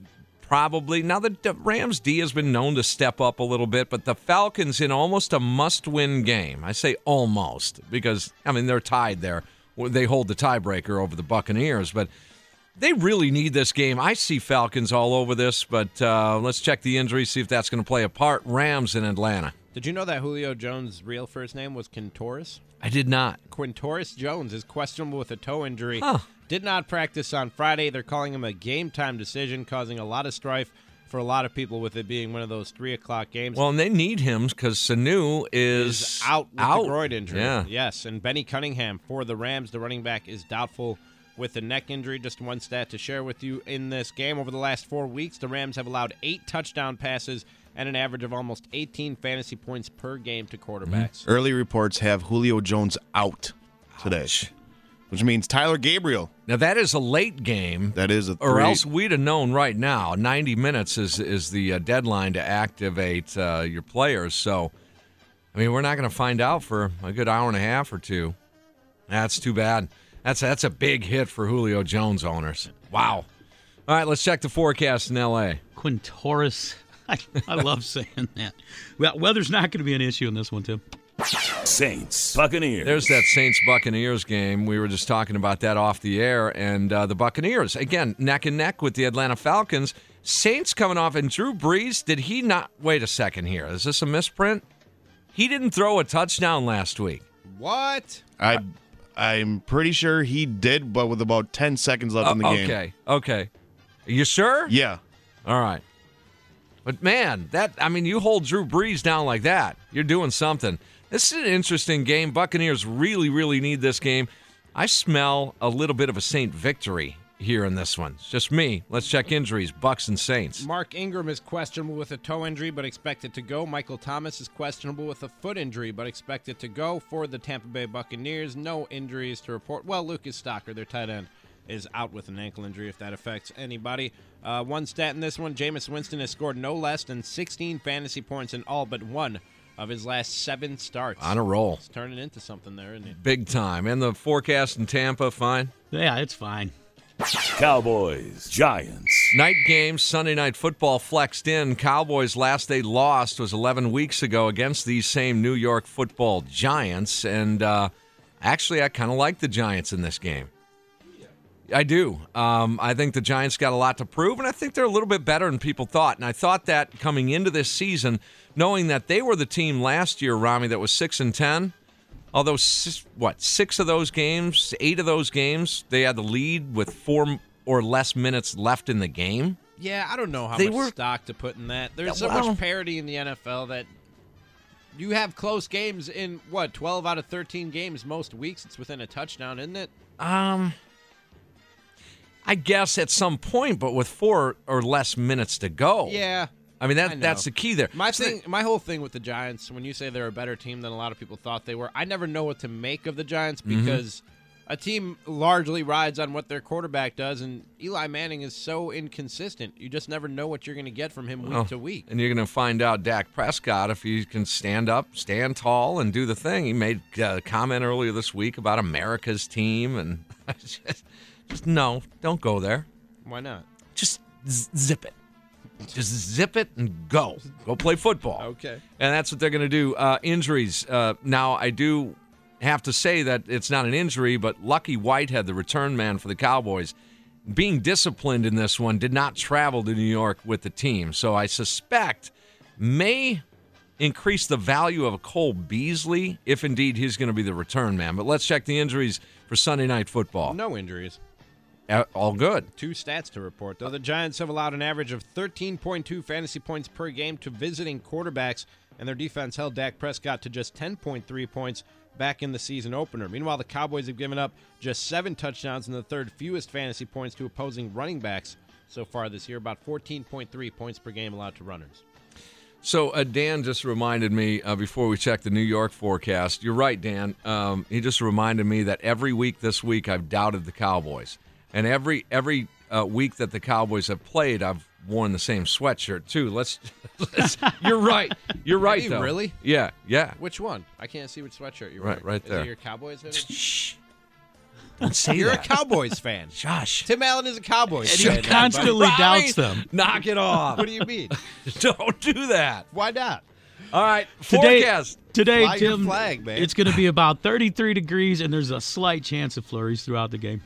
S3: probably now the the Rams D has been known to step up a little bit, but the Falcons in almost a must-win game. I say almost because I mean they're tied there. They hold the tiebreaker over the Buccaneers, but they really need this game. I see Falcons all over this, but uh, let's check the injury, see if that's going to play a part. Rams in Atlanta.
S4: Did you know that Julio Jones' real first name was Quintoris?
S3: I did not.
S4: Quintoris Jones is questionable with a toe injury.
S3: Huh.
S4: Did not practice on Friday. They're calling him a game time decision, causing a lot of strife for a lot of people with it being one of those three o'clock games.
S3: Well, and they need him because Sanu is,
S4: is out with
S3: out.
S4: a groin injury.
S3: Yeah.
S4: Yes, and Benny Cunningham for the Rams, the running back, is doubtful with a neck injury. Just one stat to share with you in this game. Over the last four weeks, the Rams have allowed eight touchdown passes and an average of almost 18 fantasy points per game to quarterbacks.
S6: Early reports have Julio Jones out today, which means Tyler Gabriel.
S3: Now that is a late game,
S6: That is a three.
S3: or else we'd have known right now. Ninety minutes is is the uh, deadline to activate uh, your players. So, I mean, we're not going to find out for a good hour and a half or two. That's too bad. That's that's a big hit for Julio Jones owners. Wow. All right, let's check the forecast in L.A.
S5: Quintoris. I, I love saying that. Well, weather's not going to be an issue in this one, Tim.
S8: Saints, Buccaneers.
S3: There's that Saints Buccaneers game. We were just talking about that off the air, and uh, the Buccaneers again neck and neck with the Atlanta Falcons. Saints coming off, and Drew Brees did he not? Wait a second here. Is this a misprint? He didn't throw a touchdown last week.
S4: What?
S6: I, I'm pretty sure he did, but with about 10 seconds left in the
S3: Uh,
S6: game.
S3: okay, okay. You sure?
S6: Yeah.
S3: All right. But man, that I mean, you hold Drew Brees down like that, you're doing something. This is an interesting game. Buccaneers really, really need this game. I smell a little bit of a Saint victory here in this one. It's just me. Let's check injuries. Bucks and Saints.
S4: Mark Ingram is questionable with a toe injury but expected to go. Michael Thomas is questionable with a foot injury but expected to go for the Tampa Bay Buccaneers. No injuries to report. Well, Lucas Stocker, their tight end, is out with an ankle injury if that affects anybody. Uh, one stat in this one Jameis Winston has scored no less than 16 fantasy points in all but one of his last seven starts.
S3: On a roll.
S4: It's turning into something there, isn't it?
S3: Big time. And the forecast in Tampa, fine.
S5: Yeah, it's fine.
S8: Cowboys, Giants,
S3: Night game, Sunday night football flexed in. Cowboys' last they lost was 11 weeks ago against these same New York football Giants. And uh, actually, I kind of like the Giants in this game. I do. Um, I think the Giants got a lot to prove, and I think they're a little bit better than people thought. And I thought that coming into this season, knowing that they were the team last year, Rami, that was six and ten. Although s what six of those games, eight of those games, they had the lead with four or less minutes left in the game.
S4: Yeah, I don't know how
S3: They
S4: much
S3: were-
S4: stock to put in that. There's
S3: Yeah,
S4: so
S3: well-
S4: much parity in the NFL that you have close games in what 12 out of 13 games most weeks. It's within a touchdown, isn't it?
S3: Um, I guess at some point, but with four or less minutes to go.
S4: Yeah.
S3: I mean that
S4: I know.
S3: that's the key there.
S4: My
S3: So
S4: thing, my whole thing with the Giants, when you say they're a better team than a lot of people thought they were, I never know what to make of the Giants
S3: Mm-hmm.
S4: because a team largely rides on what their quarterback does, and Eli Manning is so inconsistent. You just never know what you're going to get from him week
S3: Oh,
S4: to week.
S3: And you're going to find out Dak Prescott if he can stand up, stand tall, and do the thing. He made a comment earlier this week about America's team, and I just, just no, don't go there.
S4: Why not?
S3: Just z- zip it. Just zip it and go. Go play football.
S4: Okay.
S3: And that's what they're going to do. Uh, injuries. Uh, now, I do have to say that it's not an injury, but Lucky Whitehead, the return man for the Cowboys, being disciplined in this one, did not travel to New York with the team. So I suspect may increase the value of Cole Beasley if indeed he's going to be the return man. But let's check the injuries for Sunday Night Football.
S4: No injuries.
S3: Uh, All good.
S4: Two stats to report, though. The Giants have allowed an average of 13.2 fantasy points per game to visiting quarterbacks, and their defense held Dak Prescott to just 10.3 points back in the season opener. Meanwhile, the Cowboys have given up just seven touchdowns and the third fewest fantasy points to opposing running backs so far this year, about 14.3 points per game allowed to runners.
S3: So uh, Dan just reminded me uh, before we check the New York forecast. You're right, Dan. Um, he just reminded me that every week this week I've doubted the Cowboys, and every every uh, week that the Cowboys have played, I've worn the same sweatshirt too. Let's. let's you're right. You're right.
S4: you
S3: though.
S4: really?
S3: Yeah. Yeah.
S4: Which one? I can't see which sweatshirt you're
S3: Right-
S4: wearing.
S3: right
S4: Is it
S3: there.
S4: your Cowboys? hoodie?
S3: Shh. Don't say
S4: You're a
S3: that.
S4: Cowboys fan.
S3: Josh.
S4: Tim Allen is a Cowboys
S5: He
S4: fan. everybody.
S5: constantly
S3: Robbie,
S5: doubts them.
S3: Knock it off.
S4: What do you mean?
S3: Don't do that.
S4: Why not?
S3: All right.
S5: Today,
S3: Forecast.
S5: today,
S4: Fly your
S5: Tim,
S4: flag, man.
S5: it's going to be about 33 degrees, and there's a slight chance of flurries throughout the game.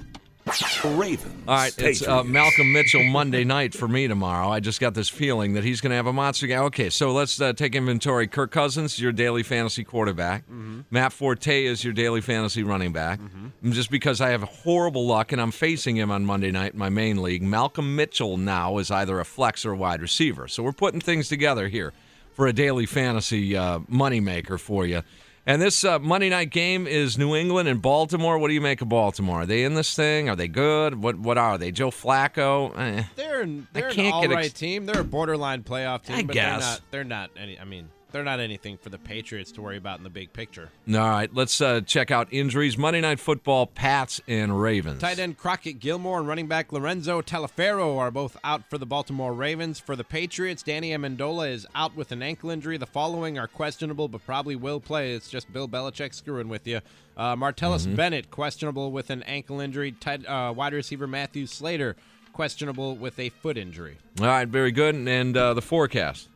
S8: Ravens.
S3: All right, it's uh,
S8: Patriots.
S3: Malcolm Mitchell Monday night for me tomorrow. I just got this feeling that he's going to have a monster game. Okay, so let's uh, take inventory. Kirk Cousins, your daily fantasy quarterback. Matt Forte is your daily fantasy running back. And Just because I have horrible luck and I'm facing him on Monday night in my main league, Malcolm Mitchell now is either a flex or wide receiver. So we're putting things together here for a daily fantasy uh, moneymaker for you. And this uh, Monday night game is New England and Baltimore. What do you make of Baltimore? Are they in this thing? Are they good? What What are they? Joe Flacco? Eh.
S4: They're an,
S3: I
S4: they're an
S3: can't
S4: all
S3: get
S4: right
S3: ex-
S4: team. They're a borderline playoff team,
S3: I
S4: but
S3: guess.
S4: they're not. They're not any. I mean, they're not anything for the Patriots to worry about in the big picture.
S3: All right, let's uh, check out injuries. Monday night football: Pats and Ravens.
S4: Tight end Crockett Gilmore and running back Lorenzo Talaferro are both out for the Baltimore Ravens. For the Patriots, Danny Amendola is out with an ankle injury. The following are questionable, but probably will play. It's just Bill Belichick screwing with you. Uh, Martellus
S3: Mm-hmm.
S4: Bennett questionable with an ankle injury. Tight, uh, wide receiver Matthew Slater questionable with a foot injury.
S3: All right, very good. And uh, the forecast.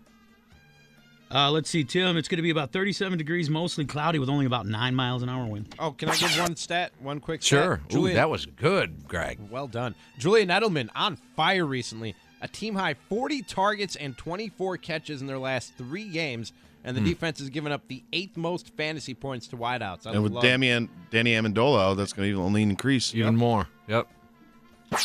S5: Uh, let's see, Tim. It's going to be about 37 degrees, mostly cloudy, with only about nine miles an hour wind.
S4: Oh, can I give one stat? One quick stat?
S3: Sure. Ooh,
S4: Julian-
S3: that was good, Greg.
S4: Well done. Julian Edelman on fire recently. A team high 40 targets and 24 catches in their last three games, and the
S6: Hmm.
S4: defense has given up the eighth most fantasy points to wideouts. I
S6: And with
S4: love-
S6: Damian, Danny Amendola, that's going to even only increase.
S3: Even more. Yep.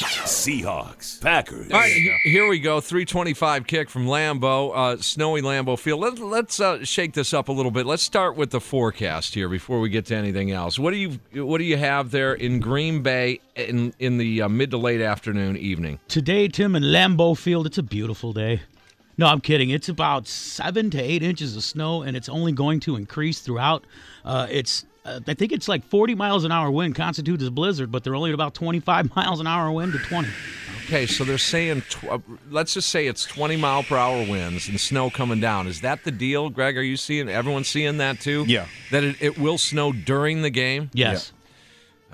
S8: Seahawks. Packers.
S3: All right, he- here we go. 325 kick from Lambeau, uh, snowy Lambeau Field. Let, let's uh, shake this up a little bit. Let's start with the forecast here before we get to anything else. What do you What do you have there in Green Bay in in the uh, mid to late afternoon evening?
S5: Today, Tim, in Lambeau Field, it's a beautiful day. No, I'm kidding. It's about seven to eight inches of snow, and it's only going to increase throughout. Uh, it's uh, I think it's like 40 miles an hour wind constitutes a blizzard, but they're only at about 25 miles an hour wind to 20.
S3: Okay, so they're saying tw- uh, let's just say it's 20 mile per hour winds and snow coming down. Is that the deal, Greg? Are you seeing everyone seeing that too?
S6: Yeah.
S3: That it, it will snow during the game.
S5: Yes.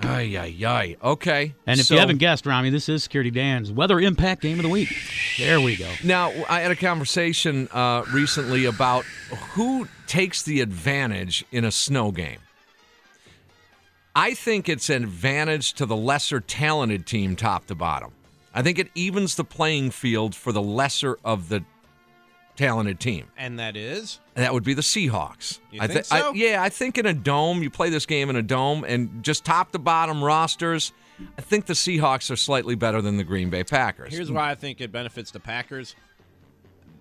S3: Ay ay ay. Okay.
S5: And if
S3: so-
S5: you haven't guessed, Rami, this is Security Dan's weather impact game of the week. There we go.
S3: Now, I had a conversation uh, recently about who takes the advantage in a snow game. I think it's an advantage to the lesser talented team, top to bottom. I think it evens the playing field for the lesser of the talented team.
S4: And that is.
S3: And that would be the Seahawks.
S4: You
S3: I
S4: think
S3: I-
S4: so?
S3: yeah, I think in a dome, you play this game in a dome, and just top to bottom rosters, I think the Seahawks are slightly better than the Green Bay Packers.
S4: Here's why I think it benefits the Packers.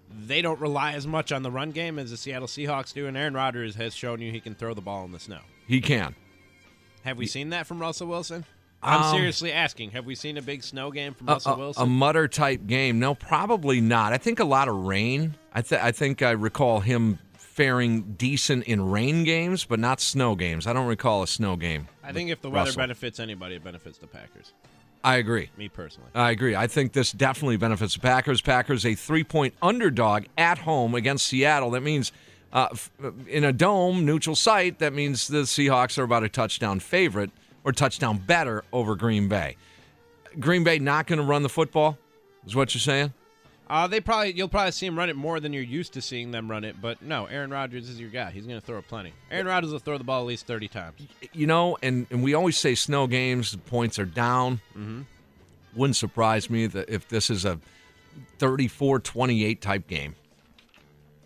S4: They don't rely as much on the run game as the Seattle Seahawks do, and Aaron Rodgers has shown you he can throw the ball in the snow.
S3: He can.
S4: Have we seen that from Russell Wilson? I'm
S3: Um,
S4: seriously asking. Have we seen a big snow game from
S6: uh,
S3: A-
S4: Russell
S3: a,
S4: Wilson?
S3: a
S6: um,
S3: mutter type game. No, probably not. I think a lot of rain. I, th- I think I recall him faring decent in rain games, but not snow games. I don't recall a snow game.
S4: I
S3: with
S4: think if the weather
S3: Russell.
S4: benefits anybody, it benefits the Packers.
S3: I agree.
S4: Me personally.
S3: I agree. I think this definitely benefits the Packers. Packers a three point underdog at home against Seattle. That means uh, f- in a dome neutral site. That means the Seahawks are about a touchdown favorite or touchdown better over Green Bay. Green Bay not going to run the football is what you're saying.
S4: Uh, they probably you'll probably see him run it more than you're used to seeing them run it, but no, Aaron Rodgers is your guy. He's going to throw it plenty. Aaron Rodgers will throw the ball at least 30 times.
S3: you know, and, and we always say snow games, the points are down. Wouldn't surprise me that if this is a 34 28 type game.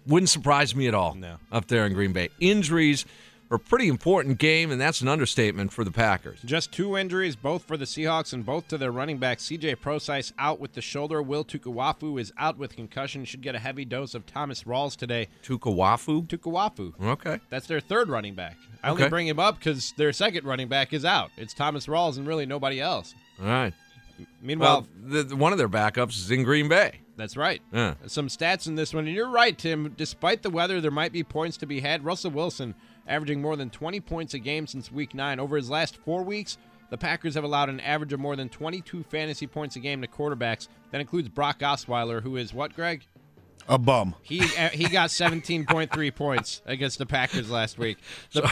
S3: Wouldn't surprise me at all
S4: No.
S3: up there in Green Bay. Injuries are a pretty important game, and that's an understatement for the Packers.
S4: Just two injuries, both for the Seahawks and both to their running back. CJ Procise out with the shoulder. Will Tukawafu is out with concussion. Should get a heavy dose of Thomas Rawls today.
S3: Tuka Wafu?
S4: Tukawafu.
S3: Okay.
S4: That's their third running back. I only
S3: Okay.
S4: bring him up because their second running back is out. It's Thomas Rawls and really nobody else.
S3: All right.
S4: Meanwhile,
S3: Well, the, the- one of their backups is in Green Bay.
S4: That's right.
S3: Yeah.
S4: Some stats in this one. And you're right, Tim. Despite the weather, there might be points to be had. Russell Wilson averaging more than 20 points a game since week nine. Over his last four weeks, the Packers have allowed an average of more than 22 fantasy points a game to quarterbacks. That includes Brock Osweiler, who is what, Greg?
S6: A bum.
S4: He uh, he got 17.3 points against the Packers last week. The,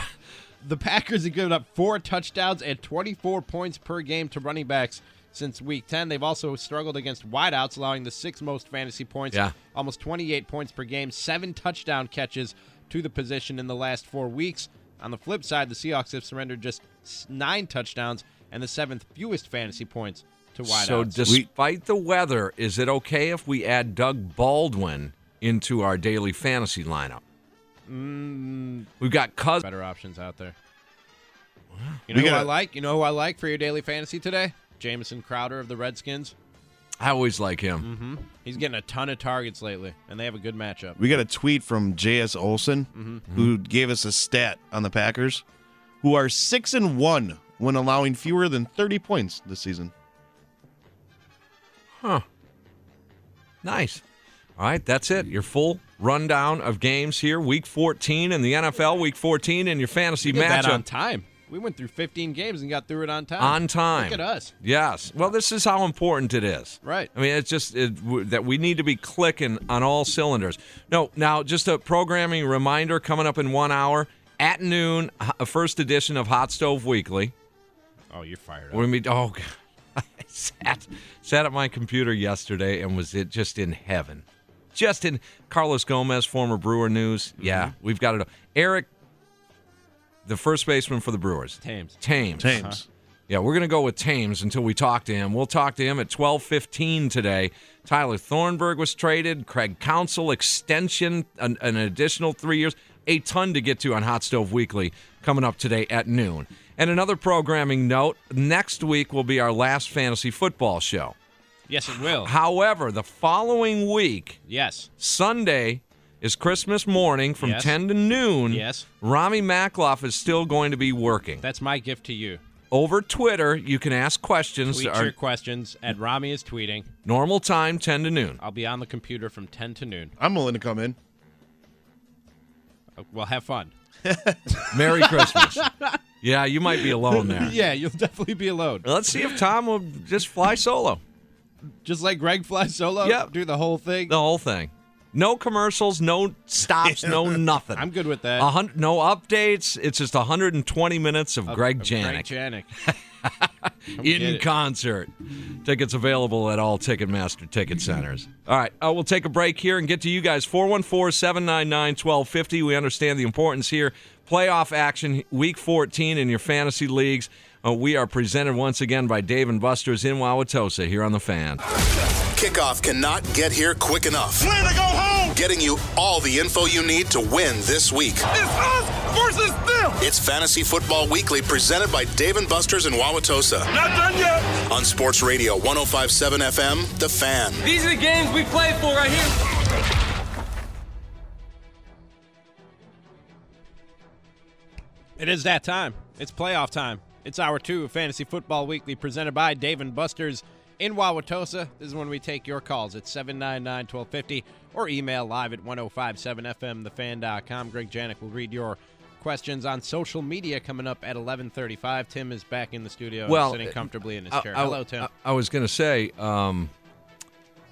S4: the Packers have given up four touchdowns and 24 points per game to running backs since week 10. They've also struggled against wideouts, allowing the sixth most fantasy points,
S3: Yeah.
S4: almost 28 points per game, seven touchdown catches to the position in the last four weeks. On the flip side, the Seahawks have surrendered just s- nine touchdowns and the seventh fewest fantasy points to wideouts.
S3: So, despite the weather, is it okay if we add Doug Baldwin into our daily fantasy lineup?
S4: Mm.
S3: We've got Cousins.
S4: better options out there. You know who
S6: We
S4: I
S6: gotta-
S4: like? You know who I like for your daily fantasy today? Jamison Crowder of the Redskins.
S3: I always like him.
S4: Mm-hmm. He's getting a ton of targets lately, and they have a good matchup.
S6: We got a tweet from J.S. Olson, who gave us a stat on the Packers, who are six and one when allowing fewer than thirty points this season.
S3: Nice. All right, that's it. Your full rundown of games here, week 14 in the NFL, week 14 in your fantasy
S4: We did that
S3: matchup.
S4: on time. We went through 15 games and got through it on time.
S3: On time.
S4: Look at us.
S3: Yes. Well, this is how important it is.
S4: Right.
S3: I mean, it's just it, w- that we need to be clicking on all cylinders. No, now just a programming reminder coming up in one hour at noon, h- a first edition of Hot Stove Weekly.
S4: Oh, you're fired up.
S3: We're gonna be. Oh, God. I sat sat at my computer yesterday and was it just in heaven, just in Carlos Gomez, former Brewer News. Yeah, we've got it. all. Eric, the first baseman for the Brewers,
S4: Tames.
S3: Tames. Uh-huh.
S6: James,
S3: Yeah, we're gonna go with Thames until we talk to him. We'll talk to him at twelve fifteen today. Tyler Thornburg was traded. Craig Council extension, an, an additional three years. A ton to get to on Hot Stove Weekly coming up today at noon. And another programming note: next week will be our last fantasy football show.
S4: Yes, it will.
S3: However, the following week,
S4: Yes.
S3: Sunday. Is Christmas morning from
S4: Yes.
S3: 10 to noon?
S4: Yes.
S3: Rami Makloff is still going to be working.
S4: That's my gift to you.
S3: Over Twitter, you can ask questions.
S4: Tweet
S3: to our-
S4: your questions. At Rami is tweeting.
S3: Normal time, 10 to noon.
S4: I'll be on the computer from 10 to noon.
S6: I'm willing to come in.
S4: Uh, Well, have fun.
S3: Merry Christmas. yeah, you might be alone there.
S4: yeah, you'll definitely be alone.
S3: Let's see if Tom will just fly solo.
S4: Just like Greg flies solo,
S3: Yep.
S4: do the whole thing.
S3: The whole thing. No commercials, no stops, no nothing.
S4: I'm good with that.
S3: A hun- no updates. It's just 120 minutes of Greg Janik
S4: Greg Janik.
S3: in
S4: get it.
S3: concert. Tickets available at all Ticketmaster ticket centers. All right, uh, we'll take a break here and get to you guys. 414 799 1250. We understand the importance here. Playoff action, week 14 in your fantasy leagues. Uh, we are presented once again by Dave and Buster's in Wauwatosa here on The Fan.
S1: Kickoff cannot get here quick enough.
S2: Plan to go home.
S1: Getting you all the info you need to win this week.
S2: It's us versus them.
S1: It's Fantasy Football Weekly presented by Dave and Buster's in Wauwatosa
S2: Not done yet.
S1: on Sports Radio 1057 FM, The Fan.
S10: These are the games we play for right here.
S4: It is that time. It's playoff time. It's hour two of Fantasy Football Weekly presented by Dave and Buster's in Wauwatosa. This is when we take your calls at 799 1250 or email live at 1057fmthefan.com. Greg Janik will read your questions on social media coming up at 1135. Tim is back in the studio and
S3: Well,
S4: sitting comfortably in his
S3: I-
S4: chair.
S3: I- uh,
S4: Hello, Tim.
S3: I, I was going to say, um,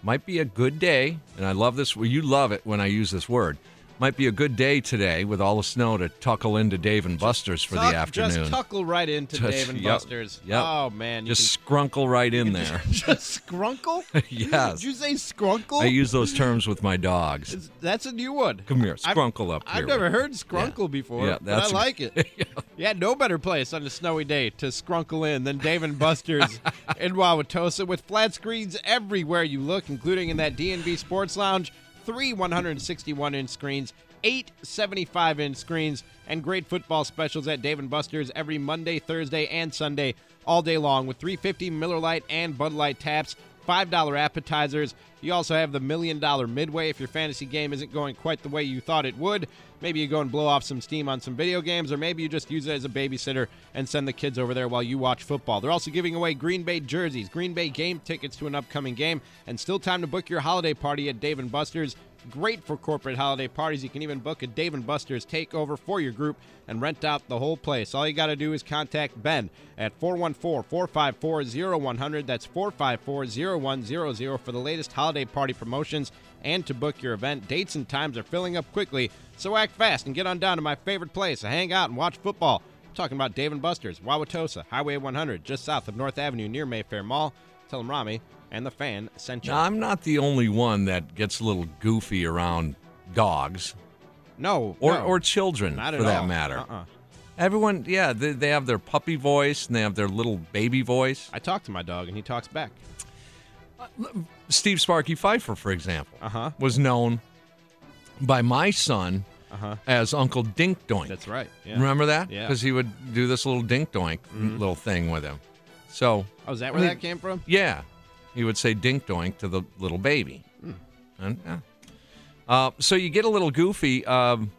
S3: might be a good day, and I love this. Well, you love it when I use this word. Might be a good day today with all the snow to tuckle into Dave and Buster's for
S4: Tuck-
S3: the afternoon.
S4: Just tuckle right into
S3: Just-
S4: Dave and
S3: yep,
S4: Buster's.
S3: yep.
S4: Oh, man. You
S3: Just skrunkle right in there.
S4: can, just scrunkle?
S3: Yes.
S4: Did you say scrunkle?
S3: I use those terms with my dogs.
S4: That's a new one.
S3: Come here,
S4: I've-
S3: scrunkle up here.
S4: I've never heard scrunkle before,
S3: Yeah,
S4: but I
S3: that's-
S4: like it. yeah, no better place on a snowy day to scrunkle in than Dave and Buster's in Wauwatosa with flat screens everywhere you look, including in that DNB Sports Lounge. Three 161-inch screens, eight 75-inch screens, and great football specials at Dave and Buster's every Monday, Thursday, and Sunday all day long with 350 Miller Lite and Bud Light taps. $5 appetizers. You also have the million dollar midway if your fantasy game isn't going quite the way you thought it would. Maybe you go and blow off some steam on some video games, or maybe you just use it as a babysitter and send the kids over there while you watch football. They're also giving away Green Bay jerseys, Green Bay game tickets to an upcoming game, and still time to book your holiday party at Dave and Buster's. Great for corporate holiday parties. You can even book a Dave and Buster's takeover for your group and rent out the whole place. All you got to do is contact Ben at 414-454-0100. That's 454-0100 for the latest holiday party promotions and to book your event. Dates and times are filling up quickly, so act fast and get on down to my favorite place to hang out and watch football. I'm talking about Dave and Buster's, Wauwatosa, Highway 100, just south of North Avenue near Mayfair Mall. Tell them Rami and the fan sent you.
S3: Now, I'm not the only one that gets a little goofy around dogs
S4: no,
S3: or,
S4: no,
S3: or children,
S4: not at
S3: for that
S4: all.
S3: matter.
S4: Uh-uh.
S3: Everyone, yeah, they, they have their puppy voice and they have their little baby voice.
S4: I talk to my dog and he talks back.
S3: Steve Sparky Pfeiffer, for example,
S4: Uh-huh.
S3: was known by my son as Uncle Dink Doink.
S4: Uh-huh. That's right. Yeah.
S3: Remember that?
S4: Yeah. Mm-hmm.
S3: Because he would do this little Dink Doink little thing with him. So,
S4: Oh, is that
S3: I
S4: where
S3: mean,
S4: that came from?
S3: Yeah. He would say Dink Doink to the little baby.
S4: Hmm.
S3: And, yeah. Uh, so you get a little goofy. Um,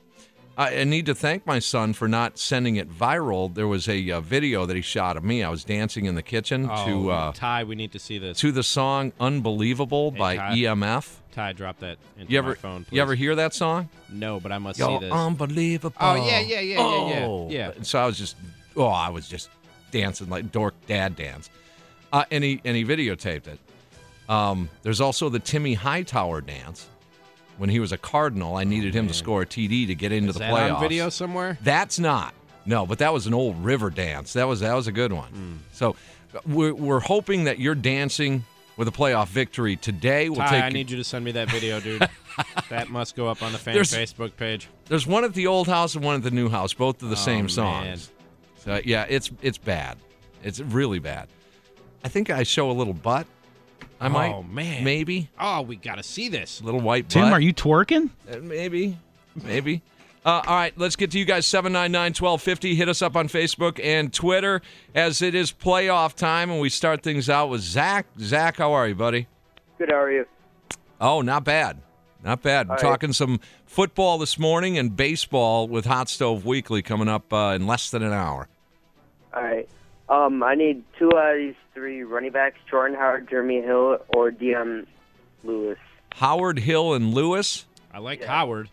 S3: I, I need to thank my son for not sending it viral. There was a uh, video that he shot of me. I was dancing in the kitchen
S4: Oh,
S3: to uh,
S4: Ty, we need to see this.
S3: to the song "Unbelievable" by
S4: Ty.
S3: EMF.
S4: Ty, drop that into
S3: You ever
S4: my phone. Please.
S3: you ever hear that song?
S4: No, but I must
S3: Y'all um,
S4: see this.
S3: unbelievable.
S4: Oh, yeah, yeah, yeah, yeah, yeah,
S3: Oh.
S4: yeah.
S3: And so I was just, oh, I was just dancing like dork dad dance. Uh, and he and he videotaped it. Um, there's also the Timmy Hightower dance. When he was a Cardinal, I needed him to score a TD to get into
S4: Oh, Is
S3: the
S4: that
S3: playoffs.
S4: on video somewhere?
S3: That's not no, but that was an old river dance. That was that was a good
S4: Hmm.
S3: one. So we're, we're hoping that you're dancing with a playoff victory today. We'll
S4: Ty,
S3: take
S4: I need you to send me that video, dude. that must go up on the fan
S3: There's-
S4: Facebook page.
S3: There's one at the old house and one at the new house, both of the same
S4: Oh, man.
S3: songs. So Uh, yeah, it's it's bad. It's really bad. I think I show a little butt. I might.
S4: Oh, man.
S3: Maybe
S4: Oh, we gotta see this.
S3: a little white
S5: Tim,
S3: butt.
S5: are you twerking?
S3: Uh, Maybe, maybe. Uh, all right, let's get to you guys. 799 1250. Hit us up on Facebook and Twitter as it is playoff time, and we start things out with Zach. Zach, how are you, buddy?
S9: Good, how are you?
S3: Oh, not bad. Not bad. We're
S9: right.
S3: talking some football this morning and baseball with Hot Stove Weekly coming up uh, in less than an hour.
S9: All right. Um, I need two out of these three running backs: Jordan Howard, Jeremy Hill, or Dion Lewis.
S3: Howard Hill and Lewis.
S4: I like Howard.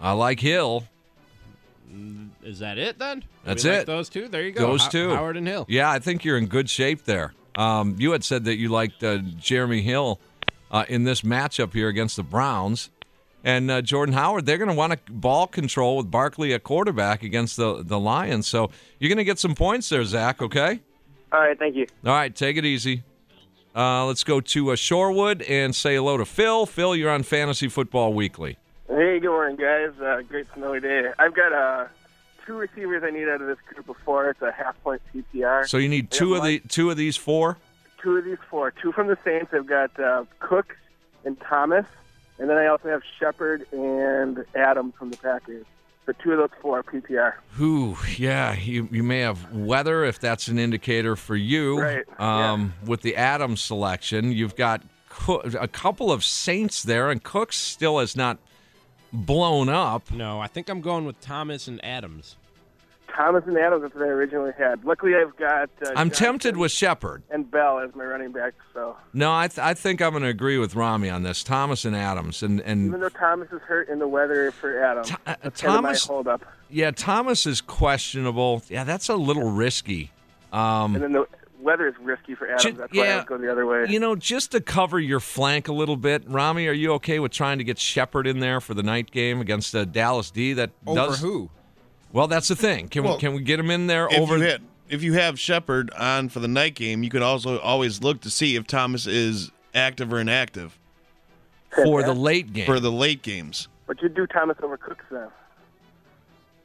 S3: I like Hill.
S4: Is that it then? Do
S3: That's
S4: we like
S3: it.
S4: those two. There you go.
S3: Those
S4: Ho-
S3: two.
S4: Howard and Hill.
S3: Yeah, I think you're in good shape there. Um, you had said that you liked uh, Jeremy Hill uh, in this matchup here against the Browns. And uh, Jordan Howard, they're going to want to ball control with Barkley at quarterback against the, the Lions. So you're going to get some points there, Zach, okay?
S9: All right, thank you.
S3: All right, take it easy. Uh, let's go to uh, Shorewood and say hello to Phil. Phil, you're on Fantasy Football Weekly.
S9: Hey, good morning, guys. Uh, great snowy day. I've got uh, two receivers I need out of this group of four. It's a half point PPR.
S3: So you need two of the two of these four.
S9: two of these four, two from the Saints. I've got uh, Cook and Thomas, and then I also have Shepard and Adam from the Packers.
S11: So two of those four are PPR.
S3: Who? Yeah, you, you may have weather if that's an indicator for you.
S11: Right,
S3: Um, With the Adams selection, you've got Coo- a couple of Saints there, and Cooks still has not blown up.
S4: No, I think I'm going with Thomas and Adams.
S11: Thomas and Adams is what I originally had. Luckily, I've got uh,
S3: I'm
S11: Johnson
S3: tempted with Shepard.
S11: and Bell as my running back. So
S3: No, I, th- I think I'm going to agree with Rami on this. Thomas and Adams, and
S11: even
S3: and
S11: though Thomas is hurt in the weather for Adams, that's kind of my
S3: Thomas-
S11: hold up.
S3: yeah, Thomas is questionable. Yeah, that's a little risky. Um,
S11: And then the weather is risky for Adams.
S3: Ju-
S11: that's why I
S3: yeah.
S11: would go the other way.
S3: You know, just to cover your flank a little bit, Rami, are you okay with trying to get Shepard in there for the night game against uh, Dallas D? That
S6: Over
S3: does
S6: who?
S3: Well, that's the thing. Can
S6: Well,
S3: we can we get him in there
S6: If
S3: over?
S6: you hit, if you have Shepard on for the night game, you could also always look to see if Thomas is active or inactive
S3: For the late game.
S6: For the late games,
S11: But you do Thomas over Cooks then.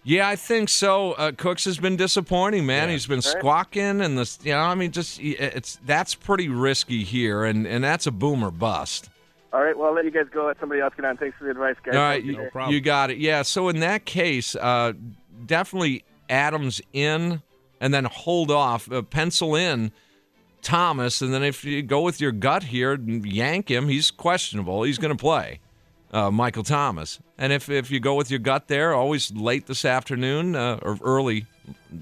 S3: Yeah, I think so. Uh, Cooks has been disappointing, man. He's been squawking, and this, you know, I mean, just it's that's pretty risky here, and and that's a boomer bust.
S11: All right, well, I'll let you guys go. Let somebody else get on. Thanks for the advice, guys.
S3: All right,
S11: Have a
S3: you,
S11: good day.
S3: you got it. Yeah, so in that case, uh, definitely Adams in and then hold off, uh, pencil in Thomas, and then if you go with your gut here, yank him. He's questionable. He's going to play. Uh, Michael Thomas, and if, if you go with your gut there, always late this afternoon uh, or early,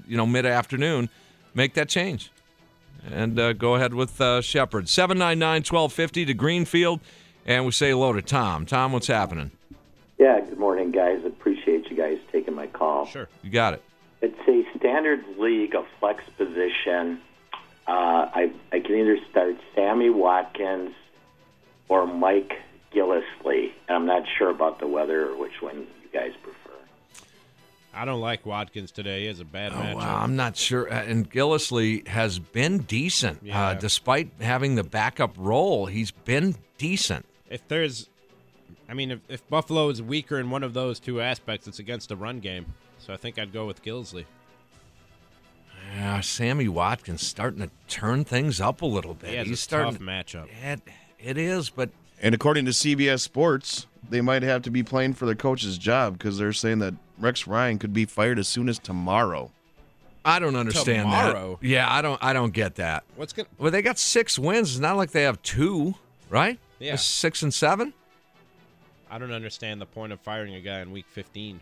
S3: you know, mid afternoon, make that change and uh, go ahead with uh, Shepard. 799 1250 to Greenfield, and we say hello to Tom. Tom, what's happening?
S12: Yeah, good morning, guys. Appreciate you guys taking my call. Sure.
S3: You got it.
S12: It's a standards league, a flex position. Uh, I, I can either start Sammy Watkins or Mike Gillisley. And I'm not sure about the weather or which one you guys prefer.
S4: I don't like Watkins today. He has a bad matchup.
S3: Oh, Wow, I'm not sure. Uh, And Gillisley has been decent, uh, despite having the backup role. He's been decent.
S4: If there's, I mean, if, if Buffalo is weaker in one of those two aspects, it's against the run game. So I think I'd go with Gilsley.
S3: Yeah, Uh, Sammy Watkins starting to turn things up a little bit.
S4: He has
S3: He's
S4: a
S3: starting.
S4: tough matchup.
S3: It, it is, but
S6: and according to CBS Sports, they might have to be playing for their coach's job because they're saying that Rex Ryan could be fired as soon as tomorrow.
S3: I don't understand that.
S6: Tomorrow?
S3: Yeah, I don't. I don't get that.
S4: What's gonna?
S3: Well, they got six wins. It's not like they have two, right?
S4: Yeah.
S3: They're six and seven.
S4: I don't understand the point of firing a guy in week 15.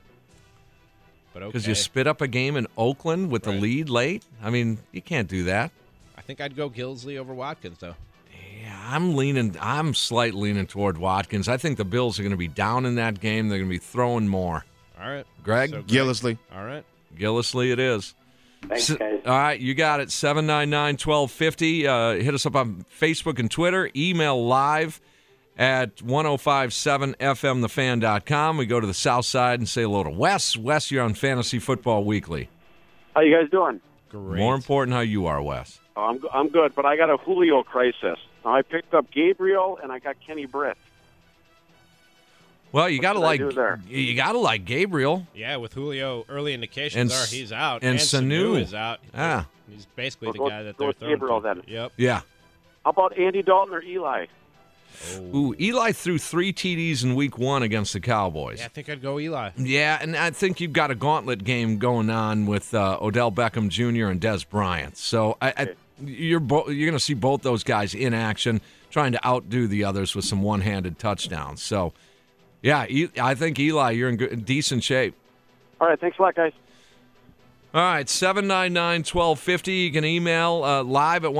S4: But okay.
S3: Because you spit up a game in Oakland with the lead late. I mean, you can't do that.
S4: I think I'd go Gilsley over Watkins, though.
S3: Yeah, I'm leaning. I'm slightly leaning toward Watkins. I think the Bills are going to be down in that game. They're going to be throwing more.
S4: All right.
S3: Greg
S4: So, Greg- All right.
S3: Gillisley, it is.
S4: Thanks,
S3: S-
S4: guys.
S3: All right, you got it. 799 1250. Uh, hit us up on Facebook and Twitter. Email live at 1057fmthefan.com. We go to the South Side and say hello to Wes. Wes, you're on Fantasy Football Weekly.
S13: How you guys doing?
S3: Great. More important how you are, Wes.
S13: Oh, I'm I'm good, but I got a Julio crisis. I picked up Gabriel and I got Kenny Britt.
S3: Well, you got to
S13: should I
S3: like
S13: do there?
S3: you got to like Gabriel.
S4: Yeah, with Julio, early indications
S3: And
S4: are
S3: S-
S4: he's out.
S3: and Sanu.
S4: is out.
S3: Ah.
S4: He's basically the
S13: Well, go-
S4: guy that
S13: go
S4: they're
S13: with
S4: throwing
S13: Gabriel,
S4: to.
S13: then.
S4: Yep.
S3: Yeah.
S13: How about Andy Dalton or Eli?
S3: Ooh, Eli threw three TDs in week one against the Cowboys.
S4: Yeah, I think I'd go Eli.
S3: Yeah, and I think you've got a gauntlet game going on with uh, Odell Beckham Jr. and Des Bryant. So I, I, you're bo- you're going to see both those guys in action, trying to outdo the others with some one-handed touchdowns. So, yeah, E- I think Eli, you're in good, decent shape.
S13: All right, thanks a lot, guys.
S3: All right, 799 1250. You can email uh, live at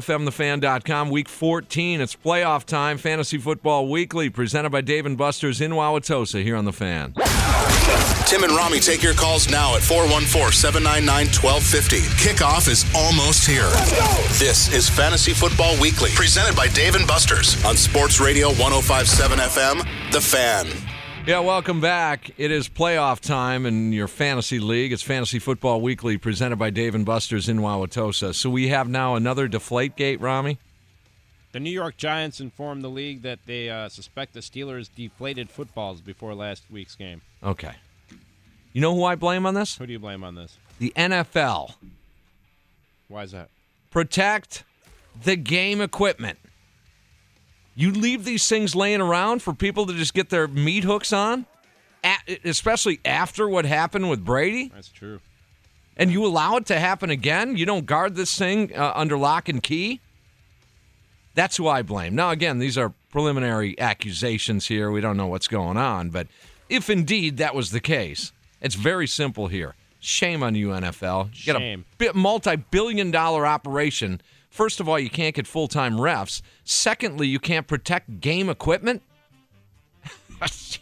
S3: 1057fmthefan.com. Week 14, it's playoff time. Fantasy Football Weekly, presented by Dave and Buster's in Wauwatosa here on The Fan.
S1: Tim and Rami take your calls now at 414 799 1250. Kickoff is almost here. This is Fantasy Football Weekly, presented by Dave and Buster's on Sports Radio 1057 FM, The Fan.
S3: Yeah, welcome back. It is playoff time in your fantasy league. It's Fantasy Football Weekly presented by Dave and Buster's in Wauwatosa. So we have now another deflate gate, Rami.
S4: The New York Giants informed the league that they uh, suspect the Steelers deflated footballs before last week's game.
S3: Okay. You know who I blame on this?
S4: Who do you blame on this?
S3: The NFL.
S4: Why is that?
S3: Protect the game equipment. You leave these things laying around for people to just get their meat hooks on? a- especially after what happened with Brady.
S4: That's true.
S3: And you allow it to happen again? You don't guard this thing uh, under lock and key? That's who I blame. Now, again, these are preliminary accusations here. We don't know what's going on. But if indeed that was the case, it's very simple here. Shame on you, NFL. You got a
S4: Shame.
S3: bi- multi-billion dollar operation. First of all, you can't get full-time refs. Secondly, you can't protect game equipment.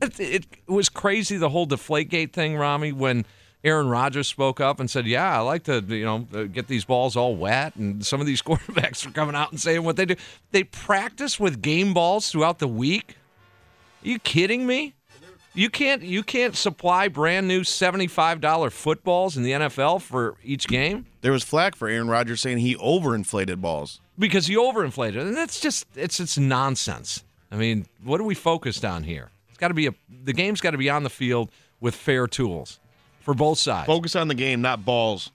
S3: It, it was crazy the whole Deflategate thing, Rami, when Aaron Rodgers spoke up and said, "Yeah, I like to, you know, uh, get these balls all wet." And some of these quarterbacks are coming out and saying what they do. They practice with game balls throughout the week. Are you kidding me? You can't you can't supply brand new seventy five dollar footballs in the NFL for each game
S6: There was flack for Aaron Rodgers saying he overinflated balls.
S3: because you overinflated, and that's just it's it's nonsense. I mean, what are we focused on here? It's got to be a the game's got to be on the field with fair tools for both sides.
S6: Focus on the game, not balls.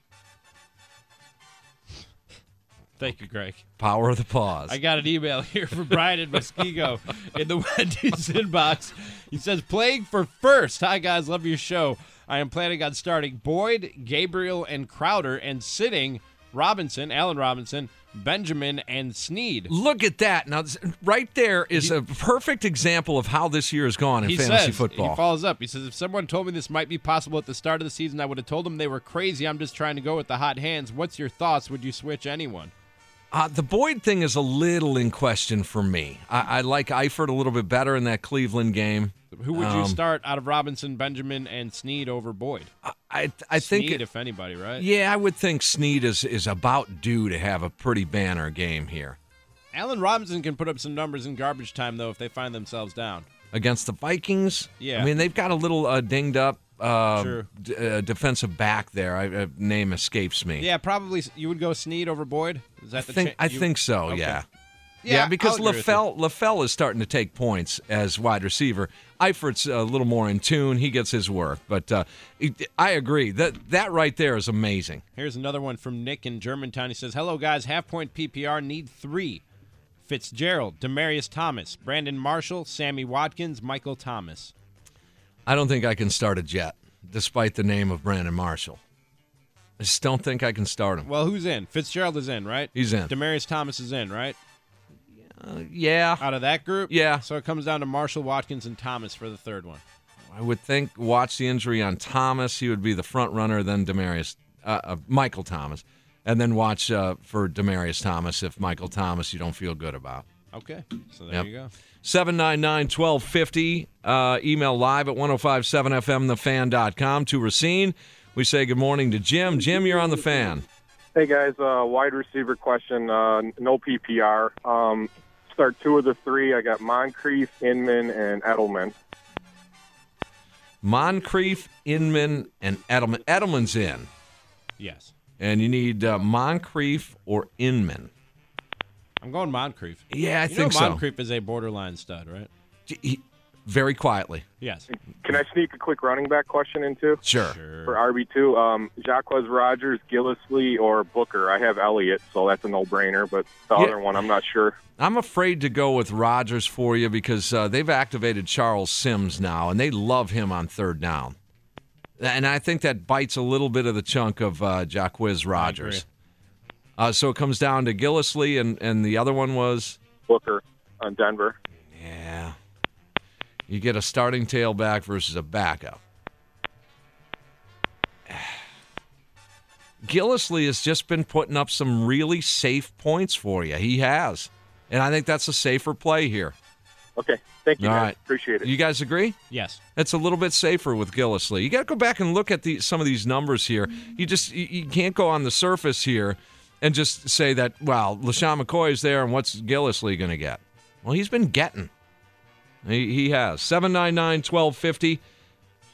S4: Thank you, Greg.
S3: Power of the pause.
S4: I got an email here from Brian in Muskego in the Wendy's inbox. He says, playing for first. Hi, guys. Love your show. I am planning on starting Boyd, Gabriel, and Crowder and sitting Robinson, Allen Robinson, Benjamin, and Sneed.
S3: Look at that! Now, this- right there is a perfect example of how this year has gone in
S4: He
S3: fantasy
S4: says,
S3: football.
S4: He follows up. He says, if someone told me this might be possible at the start of the season, I would have told them they were crazy. I'm just trying to go with the hot hands. What's your thoughts? Would you switch anyone?
S3: Uh, the Boyd thing is a little in question for me. I, I like Eifert a little bit better in that Cleveland game.
S4: Who would you
S3: Um,
S4: start out of Robinson, Benjamin, and Sneed over Boyd?
S3: I I think
S4: Sneed,
S3: it-
S4: if anybody, right?
S3: Yeah, I would think Snead is is about due to have a pretty banner game here
S4: Allen Robinson can put up some numbers in garbage time though if they find themselves down.
S3: against the Vikings.
S4: Yeah.
S3: I mean they've got a little uh, dinged up uh,
S4: Sure.
S3: d- uh, defensive back there. I, uh, name escapes me.
S4: Yeah, probably s- you would go Sneed over Boyd. Is
S3: I
S4: that the
S3: think
S4: cha-
S3: I
S4: you-
S3: think so.
S4: Okay.
S3: Yeah.
S4: Yeah, I'll
S3: because
S4: agree with you.
S3: LaFell LaFell is starting to take points as wide receiver. Eifert's a little more in tune. He gets his work, but uh, it- I agree that that right there is amazing.
S4: Here's another one from Nick in Germantown. He says, "Hello guys, half point PPR need three: Fitzgerald, Demarius Thomas, Brandon Marshall, Sammy Watkins, Michael Thomas.
S3: I don't think I can start a Jet, despite the name of Brandon Marshall. I just don't think I can start him.
S4: Well, who's in? Fitzgerald is in, right?
S3: He's in.
S4: Demarius Thomas is in, right?
S3: yeah.
S4: Out of that group,
S3: Yeah.
S4: So it comes down to Marshall, Watkins, and Thomas for the third one.
S3: I would think watch the injury on Thomas. He would be the front runner, then Demarius, uh, uh, Michael Thomas, and then watch uh, for Demarius Thomas if Michael Thomas you don't feel good about.
S4: Okay, so there
S3: Yep.
S4: you go.
S3: 799 1250. Uh, email live at 1057fmthefan.com to Racine. We say good morning to Jim. Jim, you're on the fan.
S14: Hey guys, uh, wide receiver question. Uh, no PPR. Um, start two of the three. I got Moncrief, Inman, and Edelman.
S3: Moncrief, Inman, and Edelman. Edelman's in,
S4: Yes,
S3: and you need uh, Moncrief or Inman.
S4: I'm going Moncrief.
S3: Yeah, I
S4: You know
S3: think so.
S4: Moncrief is a borderline stud, right?
S3: He- very quietly.
S4: Yes.
S14: Can I sneak a quick running back question in too?
S3: Sure.
S14: For RB two, um, Jacques Rogers, Gillisley, or Booker. I have Elliott, so that's a no-brainer. But the
S3: Yeah.
S14: other one, I'm not sure.
S3: I'm afraid to go with Rodgers for you because uh, they've activated Charles Sims now, and they love him on third down. And I think that bites a little bit of the chunk of uh, Jacquez Rodgers. Uh, so it comes down to Gillisley, and, and the other one was
S14: Booker on Denver.
S3: yeah. You get a starting tailback versus a backup. Gillisley has just been putting up some really safe points for you. He has. And I think that's a safer play here.
S14: Okay, thank you.
S3: All
S14: guys.
S3: right.
S14: appreciate it.
S3: You guys agree?
S4: Yes.
S3: It's a little bit safer with Gillisley. You got to go back and look at the, some of these numbers here. You just you, you can't go on the surface here and just say that well, Lashawn McCoy is there, and what's Gillisley going to get? Well, he's been getting. He, he has 799 1250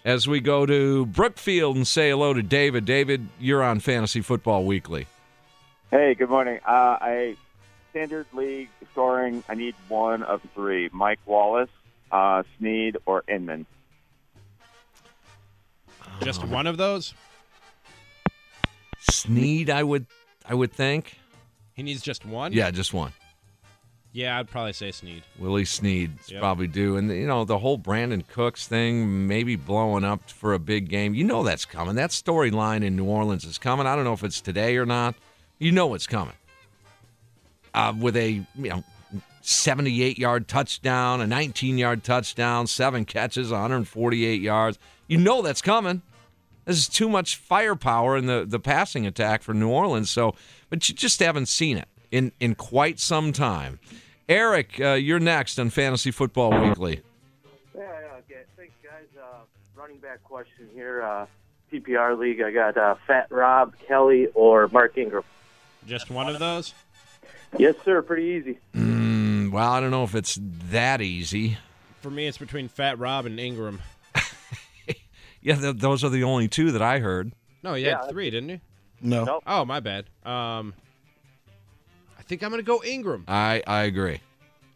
S3: as we go to Brookfield and say hello to David. David, you're on Fantasy Football Weekly.
S15: Hey, good morning. Uh, I standard league scoring. I need one of three: Mike Wallace, uh, Sneed, or Inman.
S4: Just
S3: Oh.
S4: one of those?
S3: Sneed, I would I would think.
S4: He needs just one?
S3: Yeah, just one.
S4: Yeah, I'd probably say Snead.
S3: Willie Snead's
S4: Yep.
S3: probably due. And, you know, the whole Brandon Cooks thing maybe blowing up for a big game. You know that's coming. That storyline in New Orleans is coming. I don't know if it's today or not. You know it's coming. Uh, with a, you know, 78 yard touchdown, a 19 yard touchdown, seven catches, 148 yards. You know that's coming. This is too much firepower in the, the passing attack for New Orleans. So, but you just haven't seen it in, in quite some time. Eric, uh, you're next on Fantasy Football Weekly.
S11: Yeah, yeah, okay. Thanks, guys. Uh, running back question here. Uh, PPR league, I got uh, Fat Rob, Kelly, or Mark Ingram.
S4: Just one of those?
S11: Yes, sir. Pretty easy.
S3: Mm, well, I don't know if it's that easy.
S4: For me, it's between Fat Rob and Ingram.
S3: Yeah, th- those are the only two that I heard.
S4: No, you had three, didn't you?
S6: No.
S4: Oh, my bad. Um, I think I'm going to go Ingram
S3: I, I agree.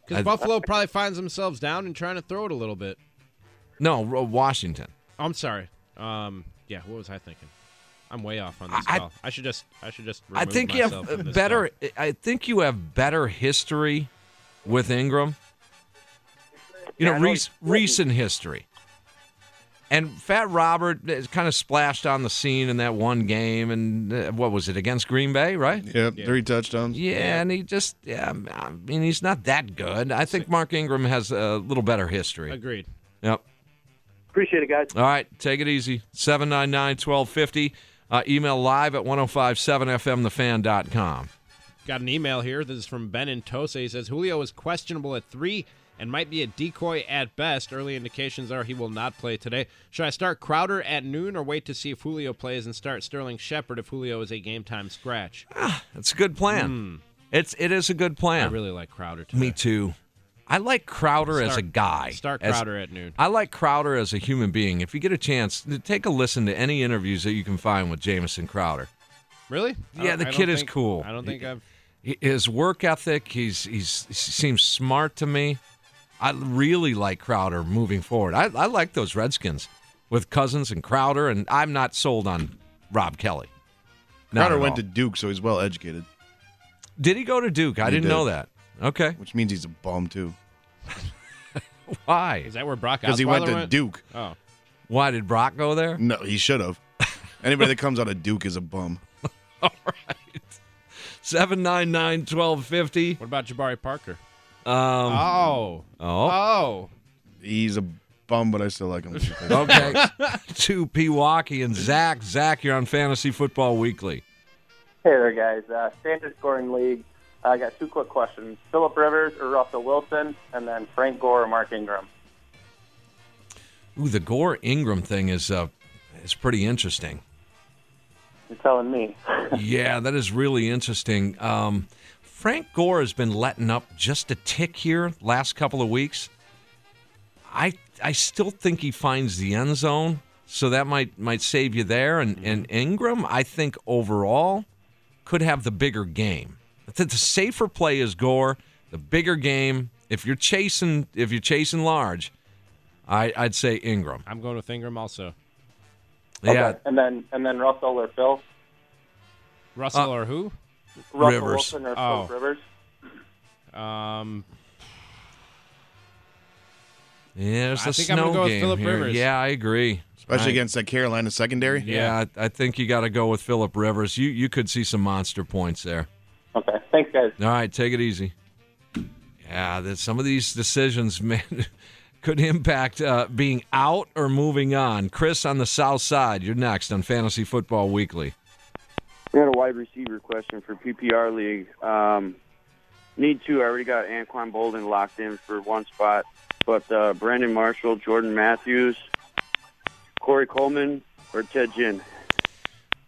S4: because
S3: I-
S4: Buffalo probably finds themselves down and trying to throw it a little bit. Oh,
S3: No, Ro- Washington.
S4: I'm sorry. Um, yeah, what was I thinking? I'm way off on this
S3: I-
S4: call. I should just, I should just.
S3: I
S4: remove
S3: think you
S4: myself from
S3: have
S4: this
S3: better. I think you have better history with Ingram. You know, rec- recent history. And Fat Robert eh, kind of splashed on the scene in that one game, and uh, what was it against Green Bay, right?
S6: Yep, three touchdowns.
S3: Yeah, and he just, yeah, I mean, he's not that good. I think Mark Ingram has a little better history.
S4: call. Agreed.
S3: Yep.
S11: Appreciate it, guys.
S3: All right, take it easy. 799 1250. Uh, email live at 1057fmthefan.com.
S4: Got an email here. This is from Ben in Tosa. He says Julio is questionable at three and might be a decoy at best. Early indications are he will not play today. Should I start Crowder at noon or wait to see if Julio plays and start Sterling Shepard if Julio is a game time scratch?
S3: That's a good plan. It's it is a good plan.
S4: Hmm. I really like Crowder today.
S3: Me too. I like Crowder as a
S4: Start-
S3: guy.
S4: start
S3: as-
S4: Crowder at noon.
S3: I like Crowder as a human being. If you get a chance, to take a listen to any interviews that you can find with Jamison Crowder.
S4: Really? I
S3: Yeah,
S4: don't-
S3: the
S4: I don't
S3: kid is
S4: think-
S3: cool.
S4: I don't think I've.
S3: He- His work ethic, he's he's he seems smart to me. I really like Crowder moving forward. I, I like those Redskins with Cousins and Crowder, and I'm not sold on Rob Kelly. Not
S6: Crowder
S3: at
S6: went
S3: all.
S6: to Duke, so he's well educated,
S3: Did he go to Duke? I
S6: He
S3: didn't
S6: did.
S3: know that. Okay,
S6: which means he's a bum too.
S3: why?
S4: Is that where Brock?
S6: Because he went
S4: Osweiler
S6: to Duke.
S4: Oh,
S3: Why did Brock go there?
S6: No, he should have. Anybody that comes out of Duke is a bum.
S3: 799 1250.
S4: what about Jabari Parker?
S3: Um,
S4: Oh,
S3: oh.
S4: oh,
S6: He's a bum, but I still like him.
S3: Okay. to Pewaukee and Zach. Zach, you're on Fantasy Football Weekly.
S11: Hey there, guys. Uh, standard scoring league. I got two quick questions: Philip Rivers or Russell Wilson, and then Frank Gore or Mark Ingram.
S3: Ooh, the Gore Ingram thing is uh, is pretty interesting.
S11: You're telling me.
S3: yeah, that is really interesting. Um, Frank Gore has been letting up just a tick here last couple of weeks. I I still think he finds the end zone, so that might might save you there. And and Ingram, I think overall could have the bigger game. I think the safer play is Gore. The bigger game, if you're chasing if you're chasing large, I I'd say Ingram.
S4: I'm going with Ingram
S3: Uh,
S4: also.
S3: Yeah,
S11: Okay. And then and then Russell or Phil.
S4: Russell or who?
S11: Russell
S3: Rivers.
S11: Wilson or
S4: Oh.
S11: Philip Rivers.
S4: Um,
S3: yeah. There's
S4: I
S3: a
S4: think I'm gonna
S3: snow
S4: go with
S3: game
S4: Phillip
S3: here.
S4: Rivers.
S3: Yeah, I agree.
S6: Especially
S3: I-
S6: against that Carolina secondary.
S3: Yeah, I, I think you got to go with Philip Rivers. You you could see some monster points there.
S11: Okay. Thanks, guys.
S3: All right, take it easy. Yeah, that some of these decisions, man, could impact uh, being out or moving on. Chris on the South Side, you're next on Fantasy Football Weekly.
S11: We had a wide receiver question for PPR league. Um,
S15: Need two. I already got Anquan Bolden locked in for one spot, but uh, Brandon Marshall, Jordan Matthews, Corey Coleman, or Ted Ginn.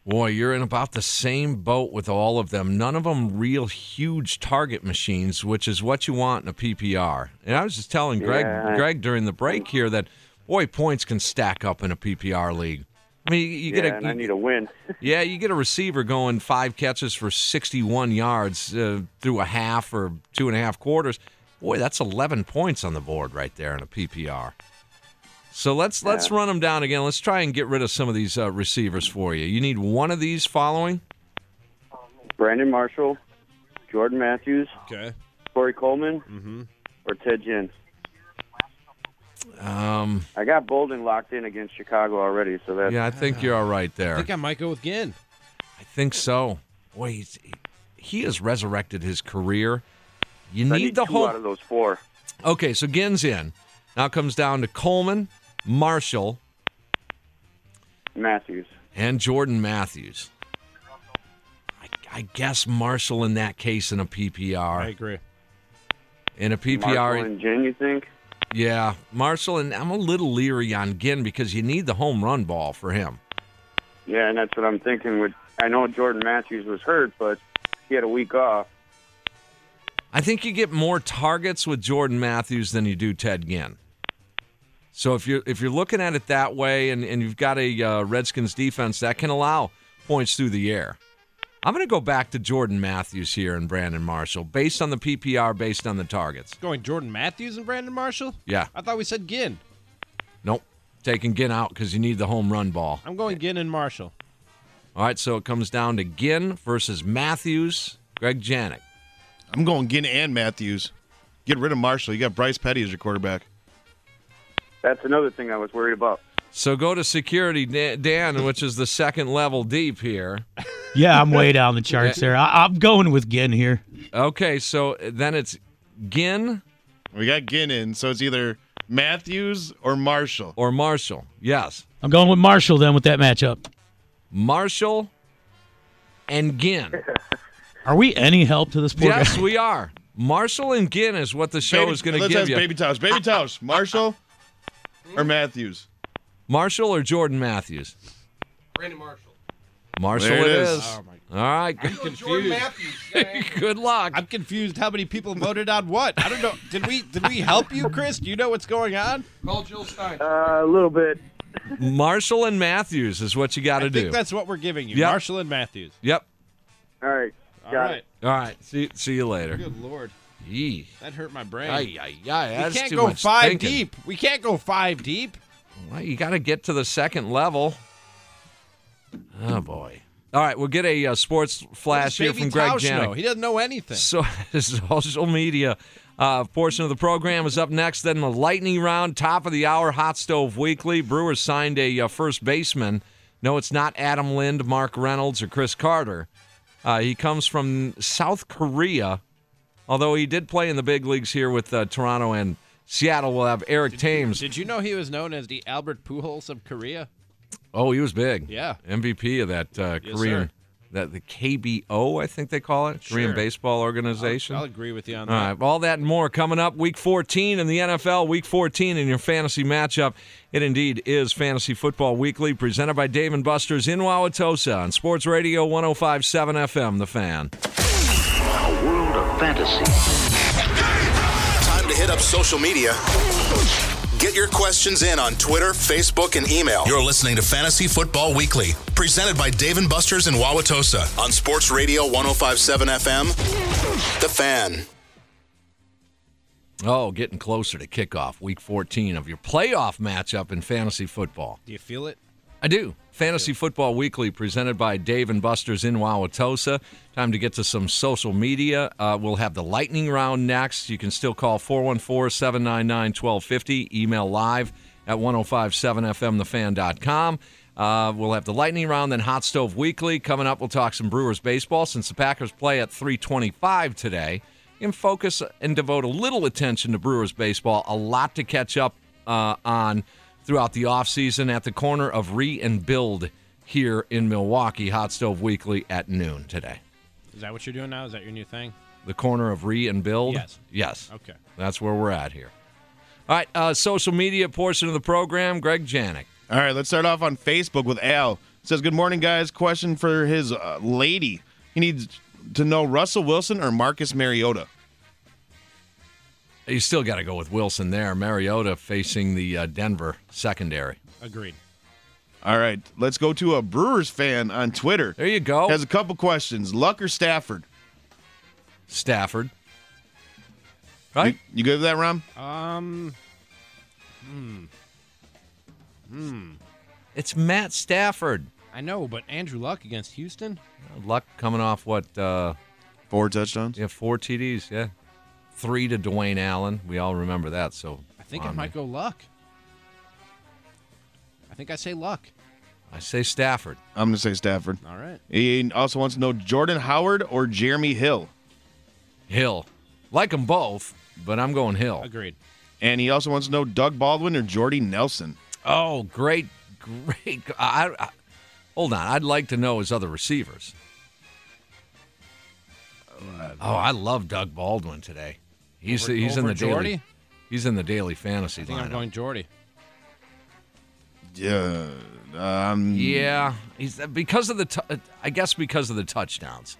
S3: Boy, you're in about the same boat with all of them. None of them real huge target machines, which is what you want in a PPR. And I was just telling Greg
S15: Yeah. Mm-hmm.
S3: Greg during the break here that boy, points can stack up in a PPR league. I mean, you, you
S15: yeah,
S3: get a
S15: and I need a win.
S3: yeah, you get a receiver going five catches for 61 yards uh, through a half or two and a half quarters. Boy, that's 11 points on the board right there in a PPR. So let's let's run them down again. Let's try and get rid of some of these uh, receivers for you. You need one of these following.
S15: Brandon Marshall, Jordan Matthews,
S4: okay.
S15: Corey Coleman
S4: Mm-hmm.
S15: or Ted Ginn.
S3: Um,
S15: I got Bolden locked in against Chicago already, so that's
S3: yeah, I think you're all right there.
S4: I think I might go with Ginn.
S3: I think so. Boy, he's, he has resurrected his career. You
S15: I
S3: need,
S15: need
S3: the
S15: two
S3: whole.
S15: out of those four.
S3: Okay, so Ginn's in. Now it comes down to Coleman, Marshall,
S15: Matthews.
S3: and Jordan Matthews. I, I guess Marshall in that case in a PPR.
S4: I agree.
S3: In a PPR,
S15: Marshall and Ginn, you think?
S3: yeah, Marshall, and I'm a little leery on Ginn because you need the home run ball for him.
S15: Yeah, and that's what I'm thinking. With I know Jordan Matthews was hurt, but he had a week off.
S3: I think you get more targets with Jordan Matthews than you do Ted Ginn. So if you're if you're looking at it that way, and, and you've got a uh, Redskins defense that can allow points through the air, I'm going to go back to Jordan Matthews here and Brandon Marshall based on the PPR, based on the targets.
S4: Going Jordan Matthews and Brandon Marshall?
S3: Yeah,
S4: I thought we said Ginn.
S3: nope, taking Ginn out because you need the home run ball.
S4: I'm going Ginn and Marshall.
S3: All right, so it comes down to Ginn versus Matthews. Greg Janik.
S6: I'm going Ginn and Matthews. Get rid of Marshall. You got Bryce Petty as your quarterback.
S15: That's another thing I was worried about.
S3: So go to security, Da- Dan, which is the second level deep here.
S5: Yeah, I'm way down the charts there. I, I'm going with Ginn here.
S3: Okay, so then it's Ginn
S6: We got Ginn in, so it's either Matthews or Marshall.
S3: or Marshall. Yes.
S5: I'm going with Marshall then with that matchup.
S3: Marshall and Ginn.
S5: Are we any help to this poor
S3: yes,
S5: guy?
S3: we are. Marshall and Ginn is what the show
S6: Baby-
S3: is going to
S6: let's
S3: give
S6: ask
S3: you.
S6: Baby Tosh. Baby Tosh, Marshall or Matthews?
S3: Marshall or Jordan Matthews?
S10: Brandon Marshall.
S3: Marshall
S6: There it
S3: it
S6: is.
S3: is. All right.
S10: Jordan Matthews.
S3: Good luck.
S4: I'm confused how many people voted on what. I don't know. Did we did we help you, Chris? Do you know what's going on?
S10: Call Jill Stein.
S11: Uh, a little bit.
S3: Marshall and Matthews is what you got
S4: I
S3: to
S4: think
S3: do.
S4: that's what we're giving you.
S3: Yep.
S4: Marshall and Matthews.
S3: Yep.
S15: All right,
S4: All
S15: got
S4: right.
S15: it.
S3: All right. See, see you later.
S4: Good lord.
S3: Yee.
S4: That hurt my brain.
S3: Ay, ay, ay,
S4: we
S3: that's
S4: can't
S3: too
S4: go
S3: much
S4: five
S3: thinking.
S4: deep. We can't go five deep.
S3: Well, you got to get to the second level. Oh boy! All right, we'll get a uh, sports flash here
S4: Baby
S3: from Greg
S4: Tausch know?
S3: Janik.
S4: He doesn't know anything.
S3: So social media uh, portion of the program is up next. Then the lightning round, top of the hour, hot stove weekly. Brewers signed a uh, first baseman. No, it's not Adam Lind, Mark Reynolds, or Chris Carter. Uh, he comes from South Korea, although he did play in the big leagues here with uh, Toronto and Seattle. We'll have Eric Thames.
S4: Did you know he was known as the Albert Pujols of Korea?
S3: Oh, he was big.
S4: Yeah.
S3: MVP of that uh,
S4: Yes,
S3: Korean,
S4: sir.
S3: that the KBO, I think they call it, Korean
S4: Sure. Uh,
S3: Baseball Organization.
S4: I'll agree with you on
S3: All
S4: that.
S3: right, all that and more coming up. Week 14 in the NFL, Week 14 in your fantasy matchup. It indeed is Fantasy Football Weekly, presented by Dave and Buster's in Wauwatosa on Sports Radio 1057 FM, The Fan.
S16: A world of fantasy.
S1: Time to hit up social media. Get your questions in on Twitter, Facebook, and email. You're listening to Fantasy Football Weekly, presented by Dave and Buster's in Wauwatosa on Sports Radio 1057 FM. The Fan.
S3: Oh, getting closer to kickoff, Week 14 of your playoff matchup in fantasy football.
S4: Do you feel it?
S3: I do. Fantasy Football Weekly, presented by Dave and Buster's in Wauwatosa. Time to get to some social media. Uh, we'll have the lightning round next. You can still call 414 799 1250. Email live at 1057fmthefan.com. Uh, we'll have the lightning round, then Hot Stove Weekly. Coming up, we'll talk some Brewers baseball since the Packers play at 325 today. And focus and devote a little attention to Brewers baseball. A lot to catch up uh, on throughout the offseason at the corner of Re and Build here in Milwaukee. Hot Stove Weekly at noon today.
S4: Is that what you're doing now? Is that your new thing?
S3: The corner of Re and Build?
S4: Yes.
S3: Yes.
S4: Okay.
S3: That's where we're at here. All right, uh, social media portion of the program, Greg Janik.
S6: All right, let's start off on Facebook with Al. says, "Good morning, guys. Question for his uh, lady. He needs to know Russell Wilson or Marcus Mariota.
S3: You still got to go with Wilson there. Mariota facing the uh, Denver secondary.
S4: Agreed.
S6: All right, let's go to a Brewers fan on Twitter.
S3: There you go.
S6: Has a couple questions. Luck or Stafford?
S3: Stafford. Right?
S6: You, you good with that, Rom?
S4: Um. Hmm. Hmm.
S3: It's Matt Stafford.
S4: I know, but Andrew Luck against Houston?
S3: Luck coming off what? Uh,
S6: Four touchdowns.
S3: Yeah, four TDs. Yeah. three to Dwayne Allen. We all remember that. So
S4: I think I might go luck. I think I say luck.
S3: I say Stafford.
S6: I'm going to say Stafford.
S4: All right.
S6: He also wants to know Jordan Howard or Jeremy Hill.
S3: Hill. Like them both, but I'm going Hill.
S4: Agreed.
S6: And he also wants to know Doug Baldwin or Jordy Nelson.
S3: Oh, great, great. I, I, hold on. I'd like to know his other receivers. Oh, I love Doug Baldwin today. He's
S4: Over-
S3: he's in
S4: over
S3: the daily.
S4: Jordy?
S3: He's in the daily fantasy
S4: I think
S3: lineup.
S4: I'm going Jordy.
S6: Yeah. Um,
S3: yeah, he's uh, because of the. T- I guess because of the touchdowns.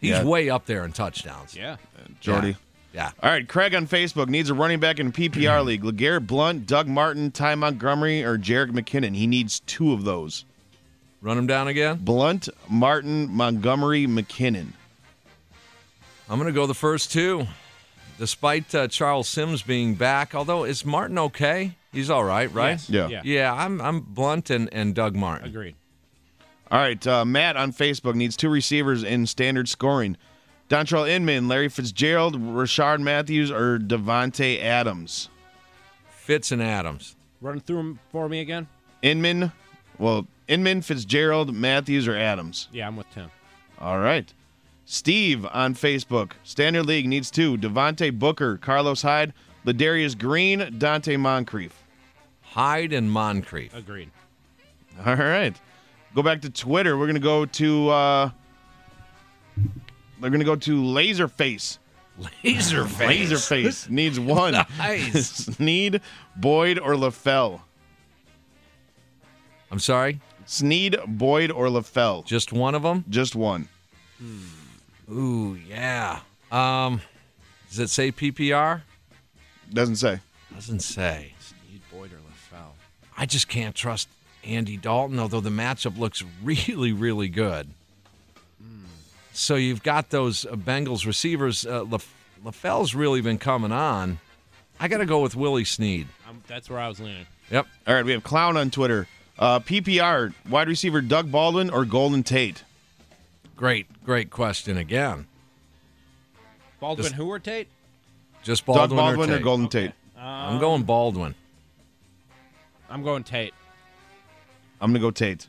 S3: He's
S6: Yeah.
S3: way up there in touchdowns.
S4: Yeah,
S6: Jordy.
S3: Yeah.
S6: All right, Craig on Facebook needs a running back in PPR league. LeGarrette Blunt, Doug Martin, Ty Montgomery, or Jarek McKinnon. He needs two of those.
S3: Run him down again?
S6: Blunt, Martin, Montgomery, McKinnon.
S3: I'm going to go the first two, despite uh, Charles Sims being back. Although is Martin okay? He's all right, right?
S6: Yes. Yeah. Yeah.
S3: Yeah. I'm I'm Blunt and and Doug Martin.
S4: Agreed.
S6: All right, uh, Matt on Facebook needs two receivers in standard scoring. Dontrell Inman, Larry Fitzgerald, Rashard Matthews, or Devontae Adams.
S3: Fitz and Adams.
S4: Run through them for me again.
S6: Inman, well, Inman, Fitzgerald, Matthews, or Adams.
S4: Yeah, I'm with Tim.
S6: All right. Steve on Facebook. Standard League needs two. Devontae Booker, Carlos Hyde, Ladarius Green, Dante Moncrief.
S3: Hyde and Moncrief.
S4: Agreed.
S6: All right. Go back to Twitter. We're gonna go to uh They're gonna go to Laserface.
S3: Laserface.
S6: Laserface needs one.
S3: Nice.
S6: Sneed, Boyd, or LaFell.
S3: I'm sorry?
S6: Sneed, Boyd, or LaFell.
S3: Just one of them?
S6: Just one.
S3: Ooh, yeah. Um, does it say PPR?
S6: Doesn't say.
S3: Doesn't say.
S4: Sneed, Boyd, or LaFell.
S3: I just can't trust Andy Dalton, although the matchup looks really, really good. So you've got those uh, Bengals receivers. Uh, Laf- LaFell's really been coming on. I got to go with Willie Sneed.
S4: I'm, that's where I was leaning.
S3: Yep.
S6: All right, we have Clown on Twitter. Uh, PPR, wide receiver Doug Baldwin or Golden Tate?
S3: Great, great question again.
S4: Baldwin,
S3: Just-
S4: who or Tate?
S3: Just Baldwin,
S6: Doug Baldwin
S3: or,
S6: or,
S3: Tate?
S6: Golden Tate?
S3: I'm going Baldwin.
S4: I'm going Tate.
S6: I'm gonna go Tate.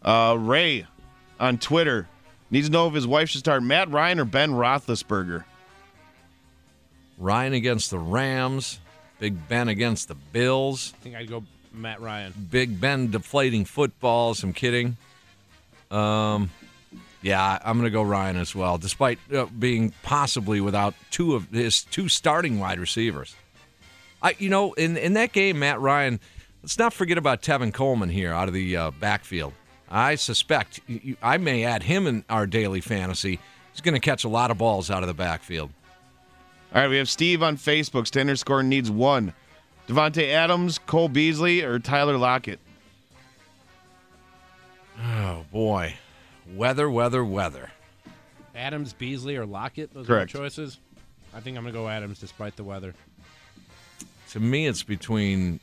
S6: Uh, Ray on Twitter needs to know if his wife should start Matt Ryan or Ben Roethlisberger.
S3: Ryan against the Rams. Big Ben against the Bills.
S4: I think I'd go Matt Ryan.
S3: Big Ben deflating footballs. I'm kidding. Um, yeah, I'm going to go Ryan as well, despite uh, being possibly without two of his two starting wide receivers. I, you know, in in that game, Matt Ryan. Let's not forget about Tevin Coleman here out of the uh, backfield. I suspect y- y- I may add him in our daily fantasy. He's going to catch a lot of balls out of the backfield.
S6: All right, we have Steve on Facebook. Standard score needs one. Devonte Adams, Cole Beasley, or Tyler Lockett.
S3: Oh boy, weather, weather, weather.
S4: Adams, Beasley, or Lockett. Those
S3: Correct.
S4: are the choices. I think I'm gonna go Adams, despite the weather.
S3: To me, it's between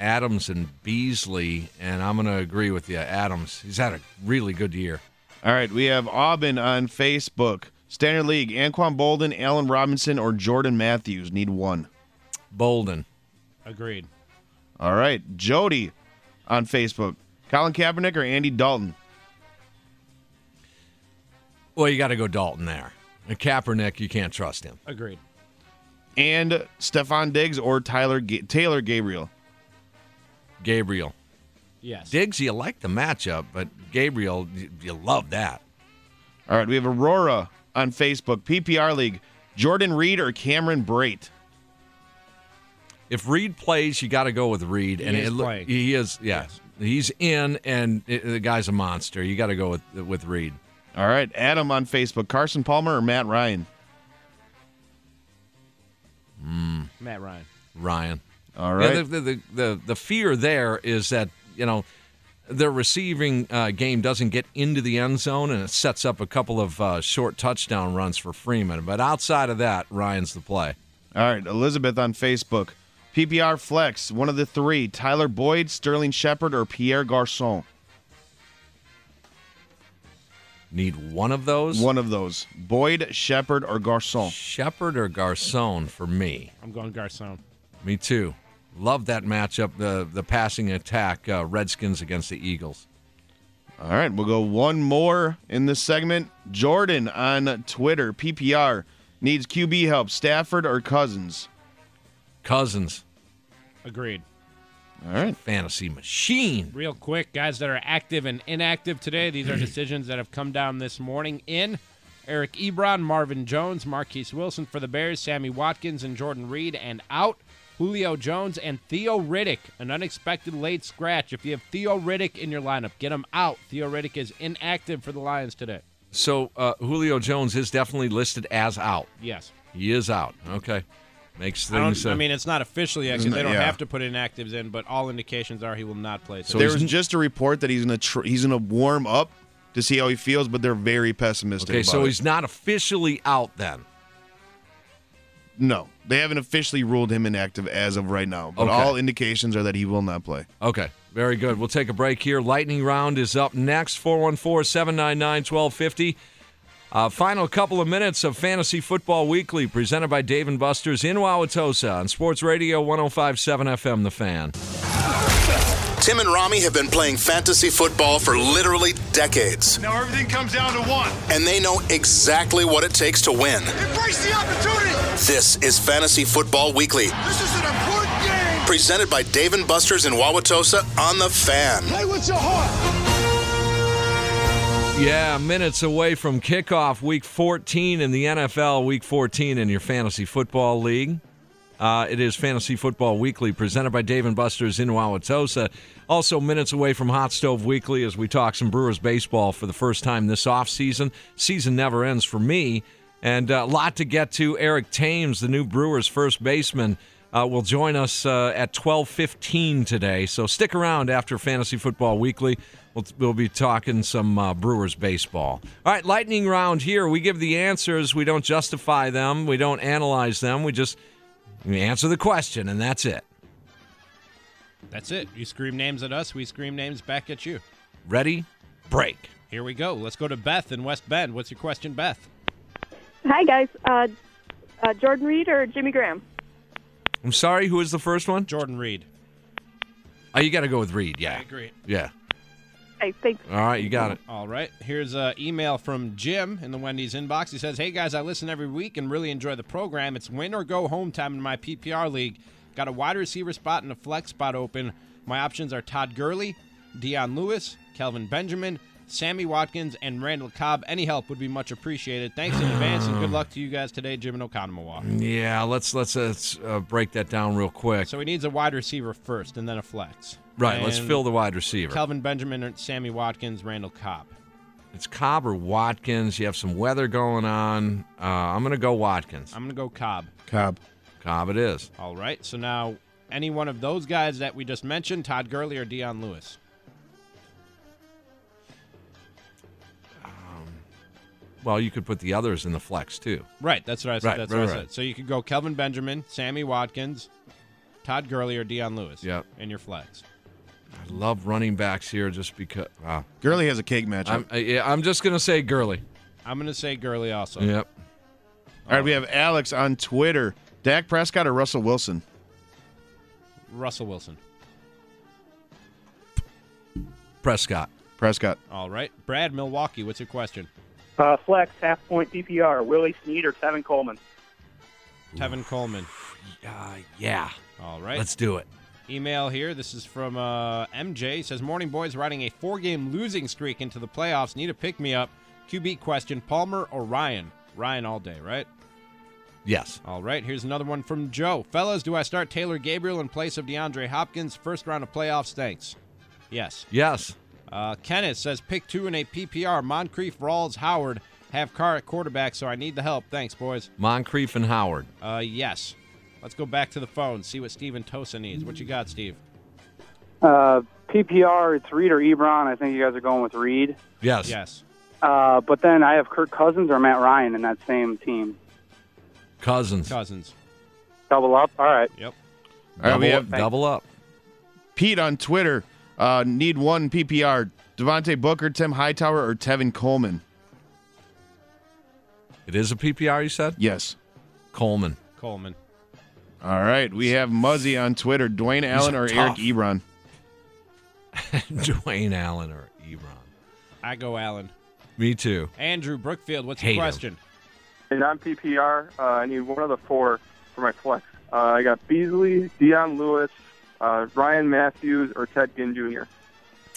S3: Adams and Beasley, and I'm going to agree with you. Adams, he's had a really good year.
S6: All right, we have Aubin on Facebook. Standard League, Anquan Bolden, Allen Robinson, or Jordan Matthews need one.
S3: Bolden.
S4: Agreed.
S6: All right, Jody on Facebook. Colin Kaepernick or Andy Dalton?
S3: Well, you got to go Dalton there. And Kaepernick, you can't trust him.
S4: Agreed.
S6: And Stefan Diggs or Tyler Ga- Taylor Gabriel?
S3: Gabriel.
S4: Yes.
S3: Diggs, you like the matchup, but Gabriel, you, you love that.
S6: All right, we have Aurora on Facebook, PPR League. Jordan Reed or Cameron Brait?
S3: If Reed plays, you got to go with Reed.
S4: He
S3: and
S4: is
S3: it, loo-
S4: playing.
S3: He is, yeah. He's in, and it- the guy's a monster. You got to go with with Reed.
S6: All right, Adam on Facebook, Carson Palmer or Matt Ryan?
S4: Matt Ryan.
S3: Ryan.
S6: All
S3: Yeah,
S6: right.
S3: the, the, the, the, the fear there is that, you know, their receiving uh, game doesn't get into the end zone and it sets up a couple of uh, short touchdown runs for Freeman. But outside of that, Ryan's the play.
S6: All right, Elizabeth on Facebook, PPR Flex, one of the three Tyler Boyd, Sterling Shepard, or Pierre Garcon?
S3: Need one of those?
S6: One of those. Boyd, Shepherd, or Garcon?
S3: Shepherd or Garcon for me.
S4: I'm going Garcon.
S3: Me too. Love that matchup, the, the passing attack, uh, Redskins against the Eagles.
S6: All right, we'll go one more in this segment. Jordan on Twitter, PPR, needs QB help, Stafford or Cousins?
S3: Cousins.
S4: Agreed.
S6: All right.
S3: Fantasy machine.
S4: Real quick, guys that are active and inactive today. These are decisions that have come down this morning in Eric Ebron, Marvin Jones, Marquise Wilson for the Bears, Sammy Watkins and Jordan Reed, and out Julio Jones and Theo Riddick, an unexpected late scratch. If you have Theo Riddick in your lineup, get him out. Theo Riddick is inactive for the Lions today.
S3: So uh, Julio Jones is definitely listed as out.
S4: Yes.
S3: He is out. Okay. Makes
S4: I,
S3: things.
S4: don't, I
S3: uh,
S4: mean, it's not officially yet 'cause
S6: Isn't
S4: they
S6: it-
S4: don't
S6: yeah.
S4: have to put inactives in, but all indications are he will not play.
S6: So
S4: today.
S6: there was just a report that he's gonna tr- he's gonna warm up to see how he feels, but they're very pessimistic.
S3: okay,
S6: about
S3: so
S6: it.
S3: he's not officially out then.
S6: no, they haven't officially ruled him inactive as of right now, but
S3: Okay.
S6: all indications are that he will not play.
S3: Okay, very good. We'll take a break here. Lightning round is up next 414 799 1250. Uh, Final couple of minutes of Fantasy Football Weekly presented by Dave and Buster's in Wauwatosa on Sports Radio 1057 FM The Fan.
S1: Tim and Rami have been playing fantasy football for literally decades,
S2: Now everything comes down to one.
S1: and they know exactly what it takes to win.
S2: Embrace the opportunity.
S1: This is Fantasy Football Weekly,
S2: This is an important game.
S1: presented by Dave and Buster's in Wauwatosa on the fan.
S2: Play with your heart.
S3: Yeah, minutes away from kickoff, week 14 in the NFL, week 14 in your fantasy football league. Uh, it is Fantasy Football Weekly presented by Dave and Buster's in Wauwatosa. Also, minutes away from Hot Stove Weekly as we talk some Brewers baseball for the first time this offseason. Season never ends for me. And uh, a lot to get to. Eric Thames, the new Brewers first baseman, uh, will join us uh, at 12.15 today. So stick around after Fantasy Football Weekly. We'll, we'll be talking some uh, Brewers baseball. All right, lightning round here. We give the answers. We don't justify them. We don't analyze them. We just we answer the question, and that's it.
S4: That's it. You scream names at us, we scream names back at you.
S3: Ready? Break.
S4: Here we go. Let's go to Beth in West Bend. What's your question, Beth?
S17: Hi, guys. Uh, uh, Jordan Reed or Jimmy Graham?
S3: I'm sorry, who is the first one?
S4: Jordan Reed.
S3: Oh, you got to go with Reed, yeah.
S4: I agree.
S3: Yeah.
S17: Hey, thanks.
S3: All right, you got it.
S4: All right. Here's an email from Jim in the Wendy's inbox. He says, Hey guys, I listen every week and really enjoy the program. It's win or go home time in my PPR league. Got a wide receiver spot and a flex spot open. My options are Todd Gurley, Dion Lewis, Kelvin Benjamin, Sammy Watkins, and Randall Cobb. Any help would be much appreciated. Thanks in advance and good luck to you guys today, Jim and Oconomowoc.
S3: Mm, Yeah, let's let's, let's uh, break that down real quick.
S4: So he needs a wide receiver first and then a flex.
S3: Right, let's
S4: And
S3: fill the wide receiver.
S4: Kelvin Benjamin, and Sammy Watkins, Randall Cobb.
S3: It's Cobb or Watkins. You have some weather going on. Uh, I'm going to go Watkins.
S4: I'm going to go Cobb.
S6: Cobb.
S3: Cobb it is.
S4: All right. So now, any one of those guys that we just mentioned, Todd Gurley or Dion Lewis.
S3: Well, you could put the others in the flex, too.
S4: Right. That's what I said.
S3: Right,
S4: that's
S3: right,
S4: what I
S3: right.
S4: said. So you could go Kelvin Benjamin, Sammy Watkins, Todd Gurley, or Dion Lewis.
S3: Yeah.
S4: In your flex.
S3: I love running backs here just because. Uh,
S6: Gurley has a cake matchup.
S3: I'm, uh, yeah, I'm just going to say Gurley.
S4: I'm going to say Gurley also.
S3: Yep.
S6: All right, we have Alex on Twitter. Dak Prescott or Russell Wilson?
S4: Russell Wilson.
S3: Prescott. Uh,
S6: Prescott.
S4: All right. Brad, Milwaukee. What's your question?
S11: Uh, flex, half point PPR, Willie Snead or Tevin Coleman.
S4: Tevin Coleman.
S3: Yeah.
S4: All right.
S3: Let's do it.
S4: Email here. This is from uh, MJ. It says, "Morning boys, riding a four-game losing streak into the playoffs. Need a pick-me-up. QB question: Palmer or Ryan? Ryan all day, right?
S3: Yes.
S4: All right. Here's another one from Joe. Fellas, do I start Taylor Gabriel in place of DeAndre Hopkins? First round of playoffs. Thanks. Yes.
S3: Yes.
S4: Uh, Kenneth says, pick two in a PPR. Moncrief, Rawls, Howard. Have Carr at quarterback, so I need the help. Thanks, boys.
S3: Moncrief and Howard.
S4: Uh, yes. Let's go back to the phone. See what Steven Tosa needs. What you got, Steve?
S11: Uh, PPR, it's Reed or Ebron. I think you guys are going with Reed.
S3: Yes.
S4: Yes.
S11: Uh, but then I have Kirk Cousins or Matt Ryan in that same team.
S3: Cousins.
S4: Cousins.
S11: Double up. All right.
S4: Yep.
S6: All right, we
S3: Double-
S6: have
S3: double up.
S6: Pete on Twitter. Uh, need one PPR. Devontae Booker, Tim Hightower, or Tevin Coleman?
S3: It is a PPR, you said?
S18: Yes.
S3: Coleman.
S4: Coleman.
S18: All right, we have Muzzy on Twitter, Dwayne Allen or Eric
S3: tough.
S18: Ebron.
S3: Dwayne Allen or Ebron.
S4: I go Allen.
S3: Me too.
S4: Andrew Brookfield, what's
S3: Hate
S4: your
S3: him.
S4: question?
S5: And on PPR, uh, I need one of the four for my flex. Uh, I got Beasley, Deion Lewis, uh, Ryan Matthews, or Ted Ginn Jr.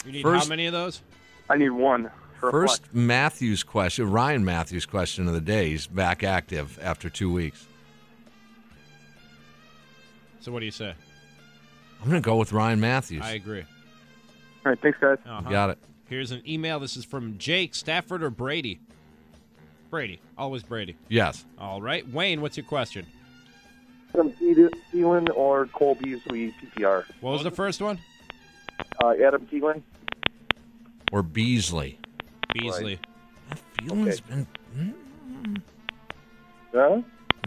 S4: You need
S3: First-
S4: how many of those?
S5: I need one for
S3: First
S5: a flex.
S3: Matthews question, Ryan Matthews question of the day. He's back active after two weeks.
S4: So what do you say?
S3: I'm going to go with Ryan Matthews.
S4: I agree.
S5: All right, thanks, guys.
S4: Uh-huh.
S3: Got it.
S4: Here's an email. This is from Jake Stafford or Brady. Brady, always Brady.
S3: Yes.
S4: All right, Wayne, what's your question?
S6: Adam Thielen or Cole Beasley PPR?
S4: What was the first one?
S6: Uh, Adam Thielen.
S3: Or Beasley.
S4: Beasley.
S3: Thielen's been. mm.
S6: Huh?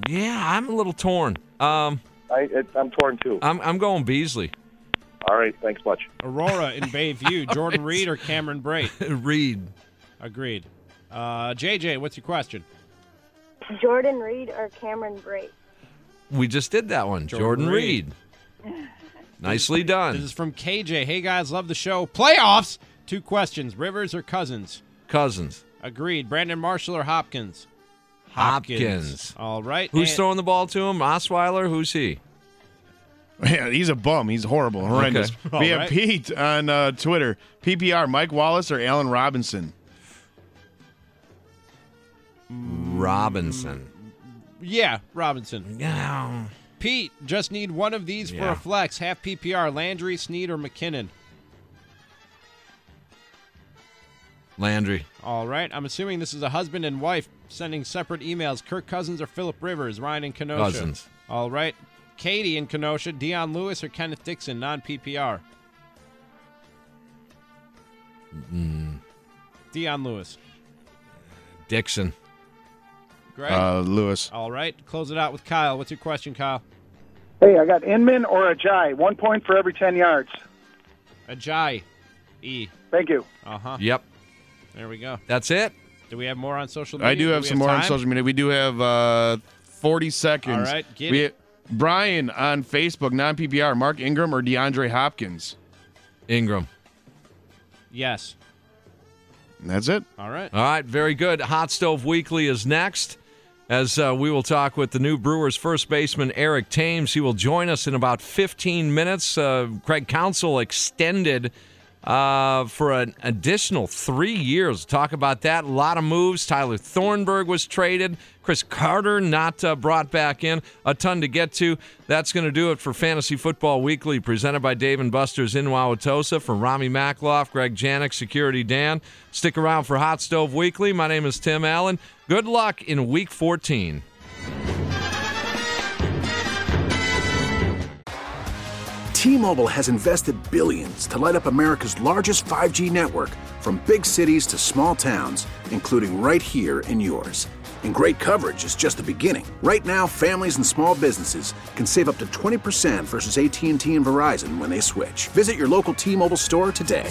S3: Yeah, I'm a little torn. Um,
S6: I, it, I'm torn too.
S3: I'm, I'm going Beasley.
S6: All right, thanks much.
S4: Aurora in Bayview, Jordan Reed or Cameron Brait?
S3: Reed.
S4: Agreed. Uh, JJ, what's your question?
S19: Jordan Reed or Cameron Bray?
S3: We just did that one.
S4: Jordan
S3: Jordan, Reed. Nicely
S4: This
S3: done.
S4: is from KJ. Hey guys, love the show. Playoffs. Two questions: Rivers or Cousins?
S3: Cousins.
S4: Agreed. Brandon Marshall or Hopkins?
S3: Hopkins.
S4: All right.
S3: Who's
S4: and-
S3: throwing the ball to him? Osweiler? Who's he?
S18: Yeah, he's a bum. He's horrible, horrendous.
S3: Okay.
S18: We
S3: All
S18: have
S3: right.
S18: Pete on uh, Twitter, PPR, Mike Wallace or Allen Robinson.
S3: Robinson.
S4: Yeah, Robinson.
S3: Yeah.
S4: Pete, just need one of these for
S3: Yeah.
S4: a flex. Half PPR: Landry, Snead, or McKinnon.
S3: Landry.
S4: All right. I'm assuming this is a husband and wife sending separate emails. Kirk Cousins or Philip Rivers? Ryan and Kenosha.
S3: Cousins.
S4: All right. Katie in Kenosha, Dion Lewis or Kenneth Dixon, non PPR.
S18: Mm-hmm.
S3: Mm,
S4: Dion Lewis.
S3: Dixon.
S4: Greg?
S18: Uh, Lewis.
S4: All right. Close it out with Kyle. What's your question, Kyle?
S20: Hey, I got Inman or Ajay. One point for every 10 yards.
S4: Ajay. E.
S20: Thank you.
S4: Uh huh.
S3: Yep.
S4: There we go.
S3: That's it.
S4: Do we have more on social media?
S18: I do have
S4: we
S18: some more on
S4: time?
S18: social media. We do have uh, 40 seconds.
S4: All right, get
S18: we
S4: it.
S18: Brian on Facebook, non PPR, Mark Ingram or DeAndre Hopkins.
S3: Ingram.
S4: Yes.
S18: That's it.
S4: All right.
S3: All right, very good. Hot Stove Weekly is next. As uh, we will talk with the new Brewers first baseman Eric Thames, he will join us in about 15 minutes. Uh, Craig Council extended uh, for an additional three years. Talk about that. A lot of moves. Tyler Thornburg was traded. Chris Carter not uh, brought back in. A ton to get to. That's going to do it for Fantasy Football Weekly, presented by Dave and Buster's in Wauwatosa. For Rami Makloff, Greg Janik, Security Dan. Stick around for Hot Stove Weekly. My name is Tim Allen. Good luck in Week 14.
S2: T-Mobile has invested billions to light up America's largest 5G network from big cities to small towns, including right here in yours. And great coverage is just the beginning. Right now, families and small businesses can save up to 20% versus AT&T and Verizon when they switch. Visit your local T-Mobile store today.